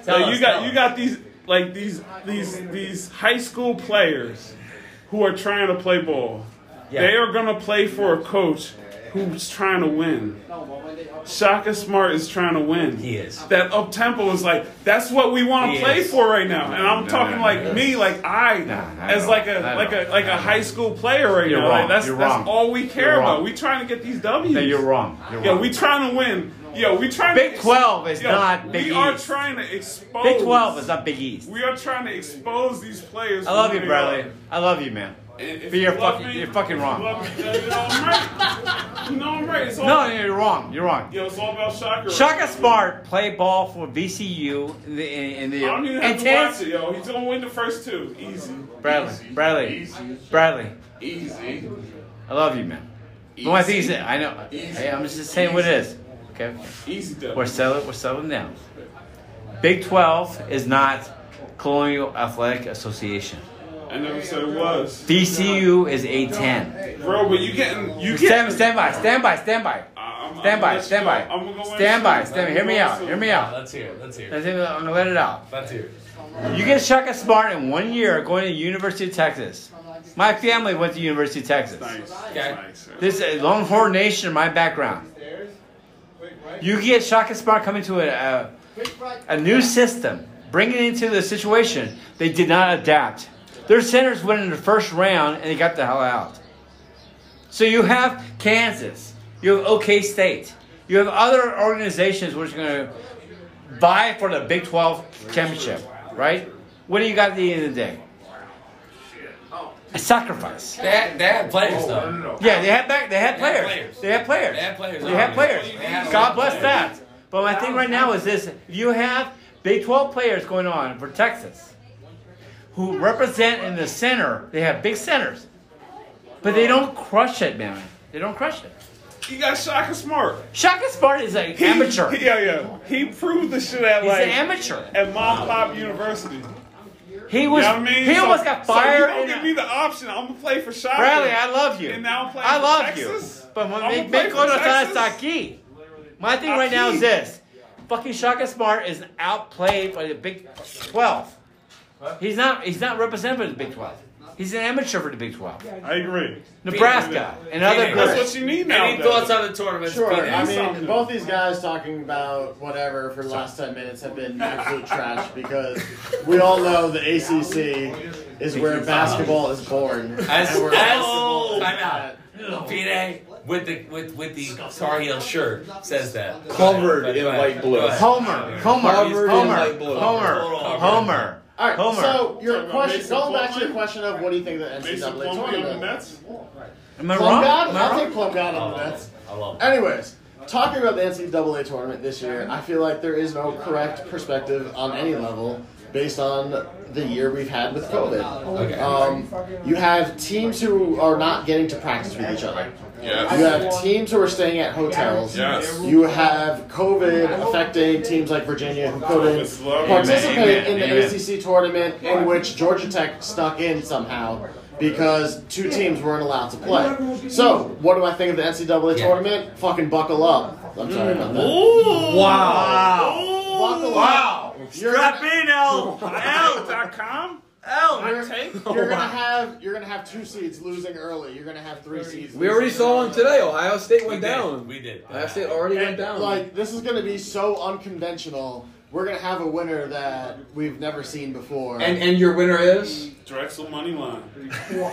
Speaker 2: Tell
Speaker 8: Like,
Speaker 2: us,
Speaker 8: you got
Speaker 2: tell
Speaker 8: you
Speaker 2: us.
Speaker 8: got these like these these these high school players who are trying to play ball. They are gonna play for a coach who's trying to win. Shaka Smart is trying to win.
Speaker 1: He is.
Speaker 8: That up tempo is like that's what we want
Speaker 1: He
Speaker 8: to play
Speaker 1: is.
Speaker 8: for right now. And I'm talking
Speaker 9: no,
Speaker 8: like
Speaker 9: no.
Speaker 8: me, like I,
Speaker 9: no,
Speaker 8: as
Speaker 9: no,
Speaker 8: like
Speaker 9: no,
Speaker 8: a like a
Speaker 9: no,
Speaker 8: like a
Speaker 9: no.
Speaker 8: high school player right
Speaker 9: You're
Speaker 8: now.
Speaker 9: wrong,
Speaker 8: Like, that's
Speaker 9: you're
Speaker 8: that's
Speaker 9: wrong.
Speaker 8: all we care
Speaker 9: You're
Speaker 8: about.
Speaker 9: wrong.
Speaker 8: We trying to get these W's.
Speaker 9: No, you're wrong. You're
Speaker 8: Yeah,
Speaker 9: wrong.
Speaker 8: we trying to win. Yeah, we trying.
Speaker 9: Big
Speaker 8: to,
Speaker 9: 12 is not Big
Speaker 8: We are
Speaker 9: East.
Speaker 8: trying to expose.
Speaker 9: Big 12 is not Big East.
Speaker 8: We are trying to expose these players.
Speaker 9: I love
Speaker 8: for
Speaker 9: you,
Speaker 8: who they
Speaker 9: Bradley.
Speaker 8: are.
Speaker 9: I love you, man.
Speaker 8: If
Speaker 9: But
Speaker 8: you
Speaker 9: you're
Speaker 8: love
Speaker 9: fucking-
Speaker 8: me,
Speaker 9: you're fucking
Speaker 8: if you
Speaker 9: wrong.
Speaker 8: love me, then you know I'm right. You know I'm right. It's all,
Speaker 9: No, you're wrong. You're wrong.
Speaker 8: Yo, it's all about soccer.
Speaker 9: Shaka Smart played ball for VCU in the, in
Speaker 8: I
Speaker 9: the
Speaker 8: don't even have
Speaker 9: intense
Speaker 8: to watch it, yo. He's gonna win the first two, easy.
Speaker 9: Bradley, Bradley, Bradley,
Speaker 6: Easy.
Speaker 9: I love you, man. No, I think it's it. I know. Hey, I'm just saying what it is. Okay,
Speaker 8: Easy though.
Speaker 9: we're selling. We're selling down. Big 12 is not Colonial Athletic Association.
Speaker 8: I never said it was,
Speaker 9: VCU is A10.
Speaker 8: bro. But you getting you
Speaker 9: Stand,
Speaker 8: getting.
Speaker 9: stand by. Stand by. Stand by.
Speaker 8: I'm- I'm
Speaker 9: Stand by.
Speaker 8: gonna let
Speaker 9: Stand
Speaker 8: you go.
Speaker 9: by.
Speaker 8: I'm gonna go in
Speaker 9: Stand by.
Speaker 8: soon.
Speaker 9: Stand.
Speaker 8: I'm
Speaker 9: Hear me
Speaker 8: gonna go in
Speaker 9: out.
Speaker 8: soon.
Speaker 9: Hear me out.
Speaker 1: Let's hear. it, Let's hear. it,
Speaker 9: Let's- I'm gonna let it out.
Speaker 1: Let's hear. it.
Speaker 9: You get Shaka Smart in one year going to University of Texas. My family went to University of Texas.
Speaker 8: Nice.
Speaker 1: Okay.
Speaker 8: Nice.
Speaker 9: This is Longhorn Nation, my background. You get Shaka Smart coming to a, a, a new system, bringing it into the situation. They did not adapt. Their centers went in the first round and they got the hell out. So you have Kansas, you have OK State, you have other organizations which are going to vie for the Big 12 championship, right? What do you got at the end of the day? a sacrifice.
Speaker 10: They had, they had players though.
Speaker 9: Yeah, they had back. They
Speaker 10: They had
Speaker 9: had players.
Speaker 10: players.
Speaker 9: They had players.
Speaker 10: They had players.
Speaker 9: They had players.
Speaker 10: They had a lot
Speaker 9: God
Speaker 10: of
Speaker 9: bless
Speaker 10: players.
Speaker 9: that. But my thing right now is this: if you have Big 12 players going on for Texas, who represent in the center. They have big centers, but they don't crush it, man. They don't crush it.
Speaker 8: You got Shaka Smart.
Speaker 9: Shaka Smart is an
Speaker 8: He-
Speaker 9: amateur. He's
Speaker 8: Yeah, yeah. He proved the shit at
Speaker 9: an
Speaker 8: like
Speaker 9: amateur.
Speaker 8: at Mom Pop University. You know
Speaker 9: He was.
Speaker 8: what I mean?
Speaker 9: He
Speaker 8: So-
Speaker 9: almost got
Speaker 8: so you
Speaker 9: fired.
Speaker 8: don't
Speaker 9: in
Speaker 8: give
Speaker 9: a-
Speaker 8: me the option. I'm gonna play for Shaka.
Speaker 9: Bradley, I love you.
Speaker 8: And now I'm playing
Speaker 9: I
Speaker 8: for
Speaker 9: love
Speaker 8: Texas?
Speaker 9: you. But when
Speaker 8: I'm
Speaker 9: they
Speaker 8: gonna play
Speaker 9: make
Speaker 8: for
Speaker 9: go to
Speaker 8: Texas?
Speaker 9: Saki, my thing right now is this: fucking Shaka Smart is outplayed by the Big Twelve. He's not. He's not represented by the Big Twelve. He's an amateur for the Big Twelve.
Speaker 8: I agree.
Speaker 9: Nebraska and other
Speaker 10: Phoenix.
Speaker 8: That's
Speaker 9: groups.
Speaker 8: what you need now.
Speaker 1: Any
Speaker 8: though.
Speaker 1: thoughts on the tournament?
Speaker 5: Sure. I
Speaker 8: something.
Speaker 5: mean, both these guys talking about whatever for the last 10 minutes have been absolute trash because we all know the ACC is where basketball is born.
Speaker 10: As-
Speaker 5: And we're-
Speaker 10: as- time out. Pete with the with with the Tar Heel shirt says that.
Speaker 6: Covered
Speaker 10: But-
Speaker 6: in
Speaker 10: but-
Speaker 6: light blue.
Speaker 10: go ahead.
Speaker 9: Homer, Homer,
Speaker 6: Harvard
Speaker 9: Homer,
Speaker 6: and
Speaker 9: Homer,
Speaker 6: light blue.
Speaker 9: Homer, Homer.
Speaker 5: All right,
Speaker 9: Homer.
Speaker 5: so your
Speaker 8: Talking about
Speaker 5: question,
Speaker 8: Mason
Speaker 5: going back to
Speaker 8: Plumlee?
Speaker 5: your question of what do you think the
Speaker 8: Mason
Speaker 5: NCAA
Speaker 8: Plumlee on the
Speaker 5: tournament
Speaker 8: Nets.
Speaker 9: Am I
Speaker 5: Plum
Speaker 9: wrong?
Speaker 5: God?
Speaker 9: Am
Speaker 5: I'll
Speaker 9: I
Speaker 5: take
Speaker 9: wrong?
Speaker 5: Plum God on the Nets. Anyways, talking about the NCAA tournament this year, I feel like there is no correct perspective on any level based on the year we've had with COVID. Um, you have teams who are not getting to practice with each other. You have teams who are staying at hotels.
Speaker 6: Yes.
Speaker 5: You have COVID affecting teams like Virginia who couldn't participate in the ACC tournament, in which Georgia Tech stuck in somehow because two teams weren't allowed to play. So, what do I think of the NCAA tournament? Fucking buckle up. I'm sorry about that.
Speaker 9: Wow.
Speaker 5: Buckle up. You're
Speaker 9: Strap in, Al.
Speaker 8: L.com.
Speaker 5: You're,
Speaker 8: take.
Speaker 5: you're gonna have you're gonna have two seeds losing early. You're gonna have three seeds.
Speaker 6: We already
Speaker 5: losing
Speaker 6: saw
Speaker 5: early.
Speaker 6: him today. Ohio State
Speaker 10: We
Speaker 6: went
Speaker 10: did.
Speaker 6: down.
Speaker 10: We did.
Speaker 6: Ohio State already went down.
Speaker 5: Like this is gonna be so unconventional. We're gonna have a winner that we've never seen before.
Speaker 6: And and your winner is
Speaker 8: Drexel money line.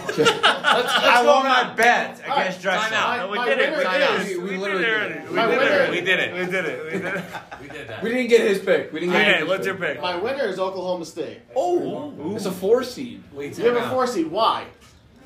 Speaker 9: I won my bet
Speaker 5: All right,
Speaker 9: against Drexel.
Speaker 5: time out.
Speaker 9: No, we
Speaker 5: My
Speaker 9: did it. We
Speaker 5: winner
Speaker 9: did
Speaker 5: is-
Speaker 9: it.
Speaker 6: we, we literally did it.
Speaker 5: my winner,
Speaker 10: We did it.
Speaker 8: We did it. We did it.
Speaker 10: We did that.
Speaker 6: We didn't get his pick. We didn't get
Speaker 8: Hey,
Speaker 6: his pick.
Speaker 8: what's your pick?
Speaker 5: my winner is Oklahoma State.
Speaker 6: Oh, it's a four seed.
Speaker 10: Wait,
Speaker 5: You have
Speaker 10: time
Speaker 5: a
Speaker 10: out.
Speaker 5: four seed. Why?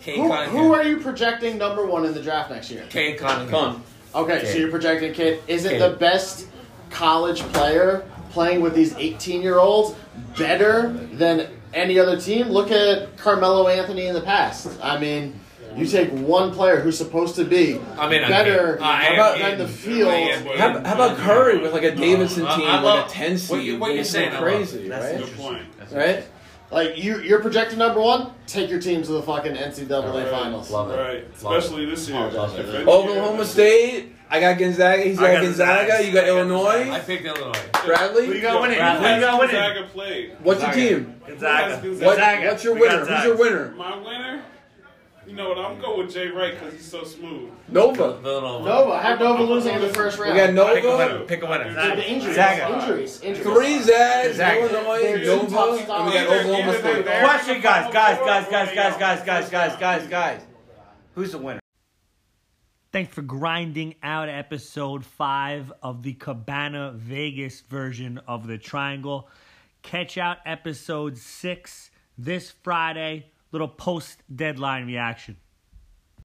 Speaker 10: Kane
Speaker 5: Who,
Speaker 10: Cunningham.
Speaker 5: who are you projecting number one in the draft next year?
Speaker 10: Kane Cunningham.
Speaker 6: Come.
Speaker 5: Okay, so
Speaker 10: Kid.
Speaker 5: you're projecting kid. Isn't
Speaker 10: Kid.
Speaker 5: the best college player playing with these 18 year olds better than any other team? Look at Carmelo Anthony in the past. I mean, you take one player who's supposed to be
Speaker 10: I mean, I'm
Speaker 5: better
Speaker 10: kidding. I
Speaker 5: than
Speaker 10: am
Speaker 5: than the
Speaker 10: kidding.
Speaker 5: field.
Speaker 10: I am kidding.
Speaker 6: How, how about Curry with like a Davidson
Speaker 10: I-
Speaker 6: team,
Speaker 10: I
Speaker 6: like
Speaker 10: love-
Speaker 6: a ten seed?
Speaker 10: what you- what
Speaker 6: It's
Speaker 10: you're saying, I love.
Speaker 6: crazy,
Speaker 8: Good
Speaker 6: right?
Speaker 8: point.
Speaker 6: Right?
Speaker 5: Like you, you're projecting number one. Take your team to the fucking NCAA finals.
Speaker 10: Love it. Love
Speaker 8: Right,
Speaker 10: it.
Speaker 8: especially this year.
Speaker 5: Love it.
Speaker 8: If any
Speaker 6: Oklahoma
Speaker 8: year-
Speaker 6: State. I got Gonzaga. He's
Speaker 2: I
Speaker 6: got
Speaker 2: got
Speaker 6: Gonzaga.
Speaker 2: Gonzaga.
Speaker 6: You got
Speaker 10: I
Speaker 6: Illinois.
Speaker 10: picked Illinois.
Speaker 8: We
Speaker 6: Bradley.
Speaker 8: got
Speaker 2: winning.
Speaker 8: Bradley.
Speaker 2: We got winning.
Speaker 8: Gonzaga played.
Speaker 6: What's your team?
Speaker 2: Gonzaga.
Speaker 6: What,
Speaker 2: Gonzaga.
Speaker 6: what's your
Speaker 2: We got
Speaker 6: winner? Who's
Speaker 2: Zaga.
Speaker 6: your winner?
Speaker 8: My winner. You know what? I'm going with Jay Wright because he's so smooth.
Speaker 6: Nova.
Speaker 10: Villanova.
Speaker 5: Nova, I have Nova losing in the first
Speaker 6: We
Speaker 5: round.
Speaker 6: got
Speaker 2: Pick a
Speaker 6: Nova.
Speaker 2: winner. Pick a winner.
Speaker 5: The injuries,
Speaker 9: Zaga.
Speaker 5: injuries, injuries.
Speaker 6: Three Zags,
Speaker 9: Zags.
Speaker 6: Illinois,
Speaker 5: There's
Speaker 6: Nova,
Speaker 5: some tough
Speaker 6: and we
Speaker 5: stars.
Speaker 6: got Oklahoma State.
Speaker 9: Question, guys, guys, guys, guys, guys, guys, guys, guys, guys, guys. Who's the winner?
Speaker 11: Thanks for grinding out episode five of the Cabana Vegas version of The Triangle. Catch out episode six this Friday, little post deadline reaction.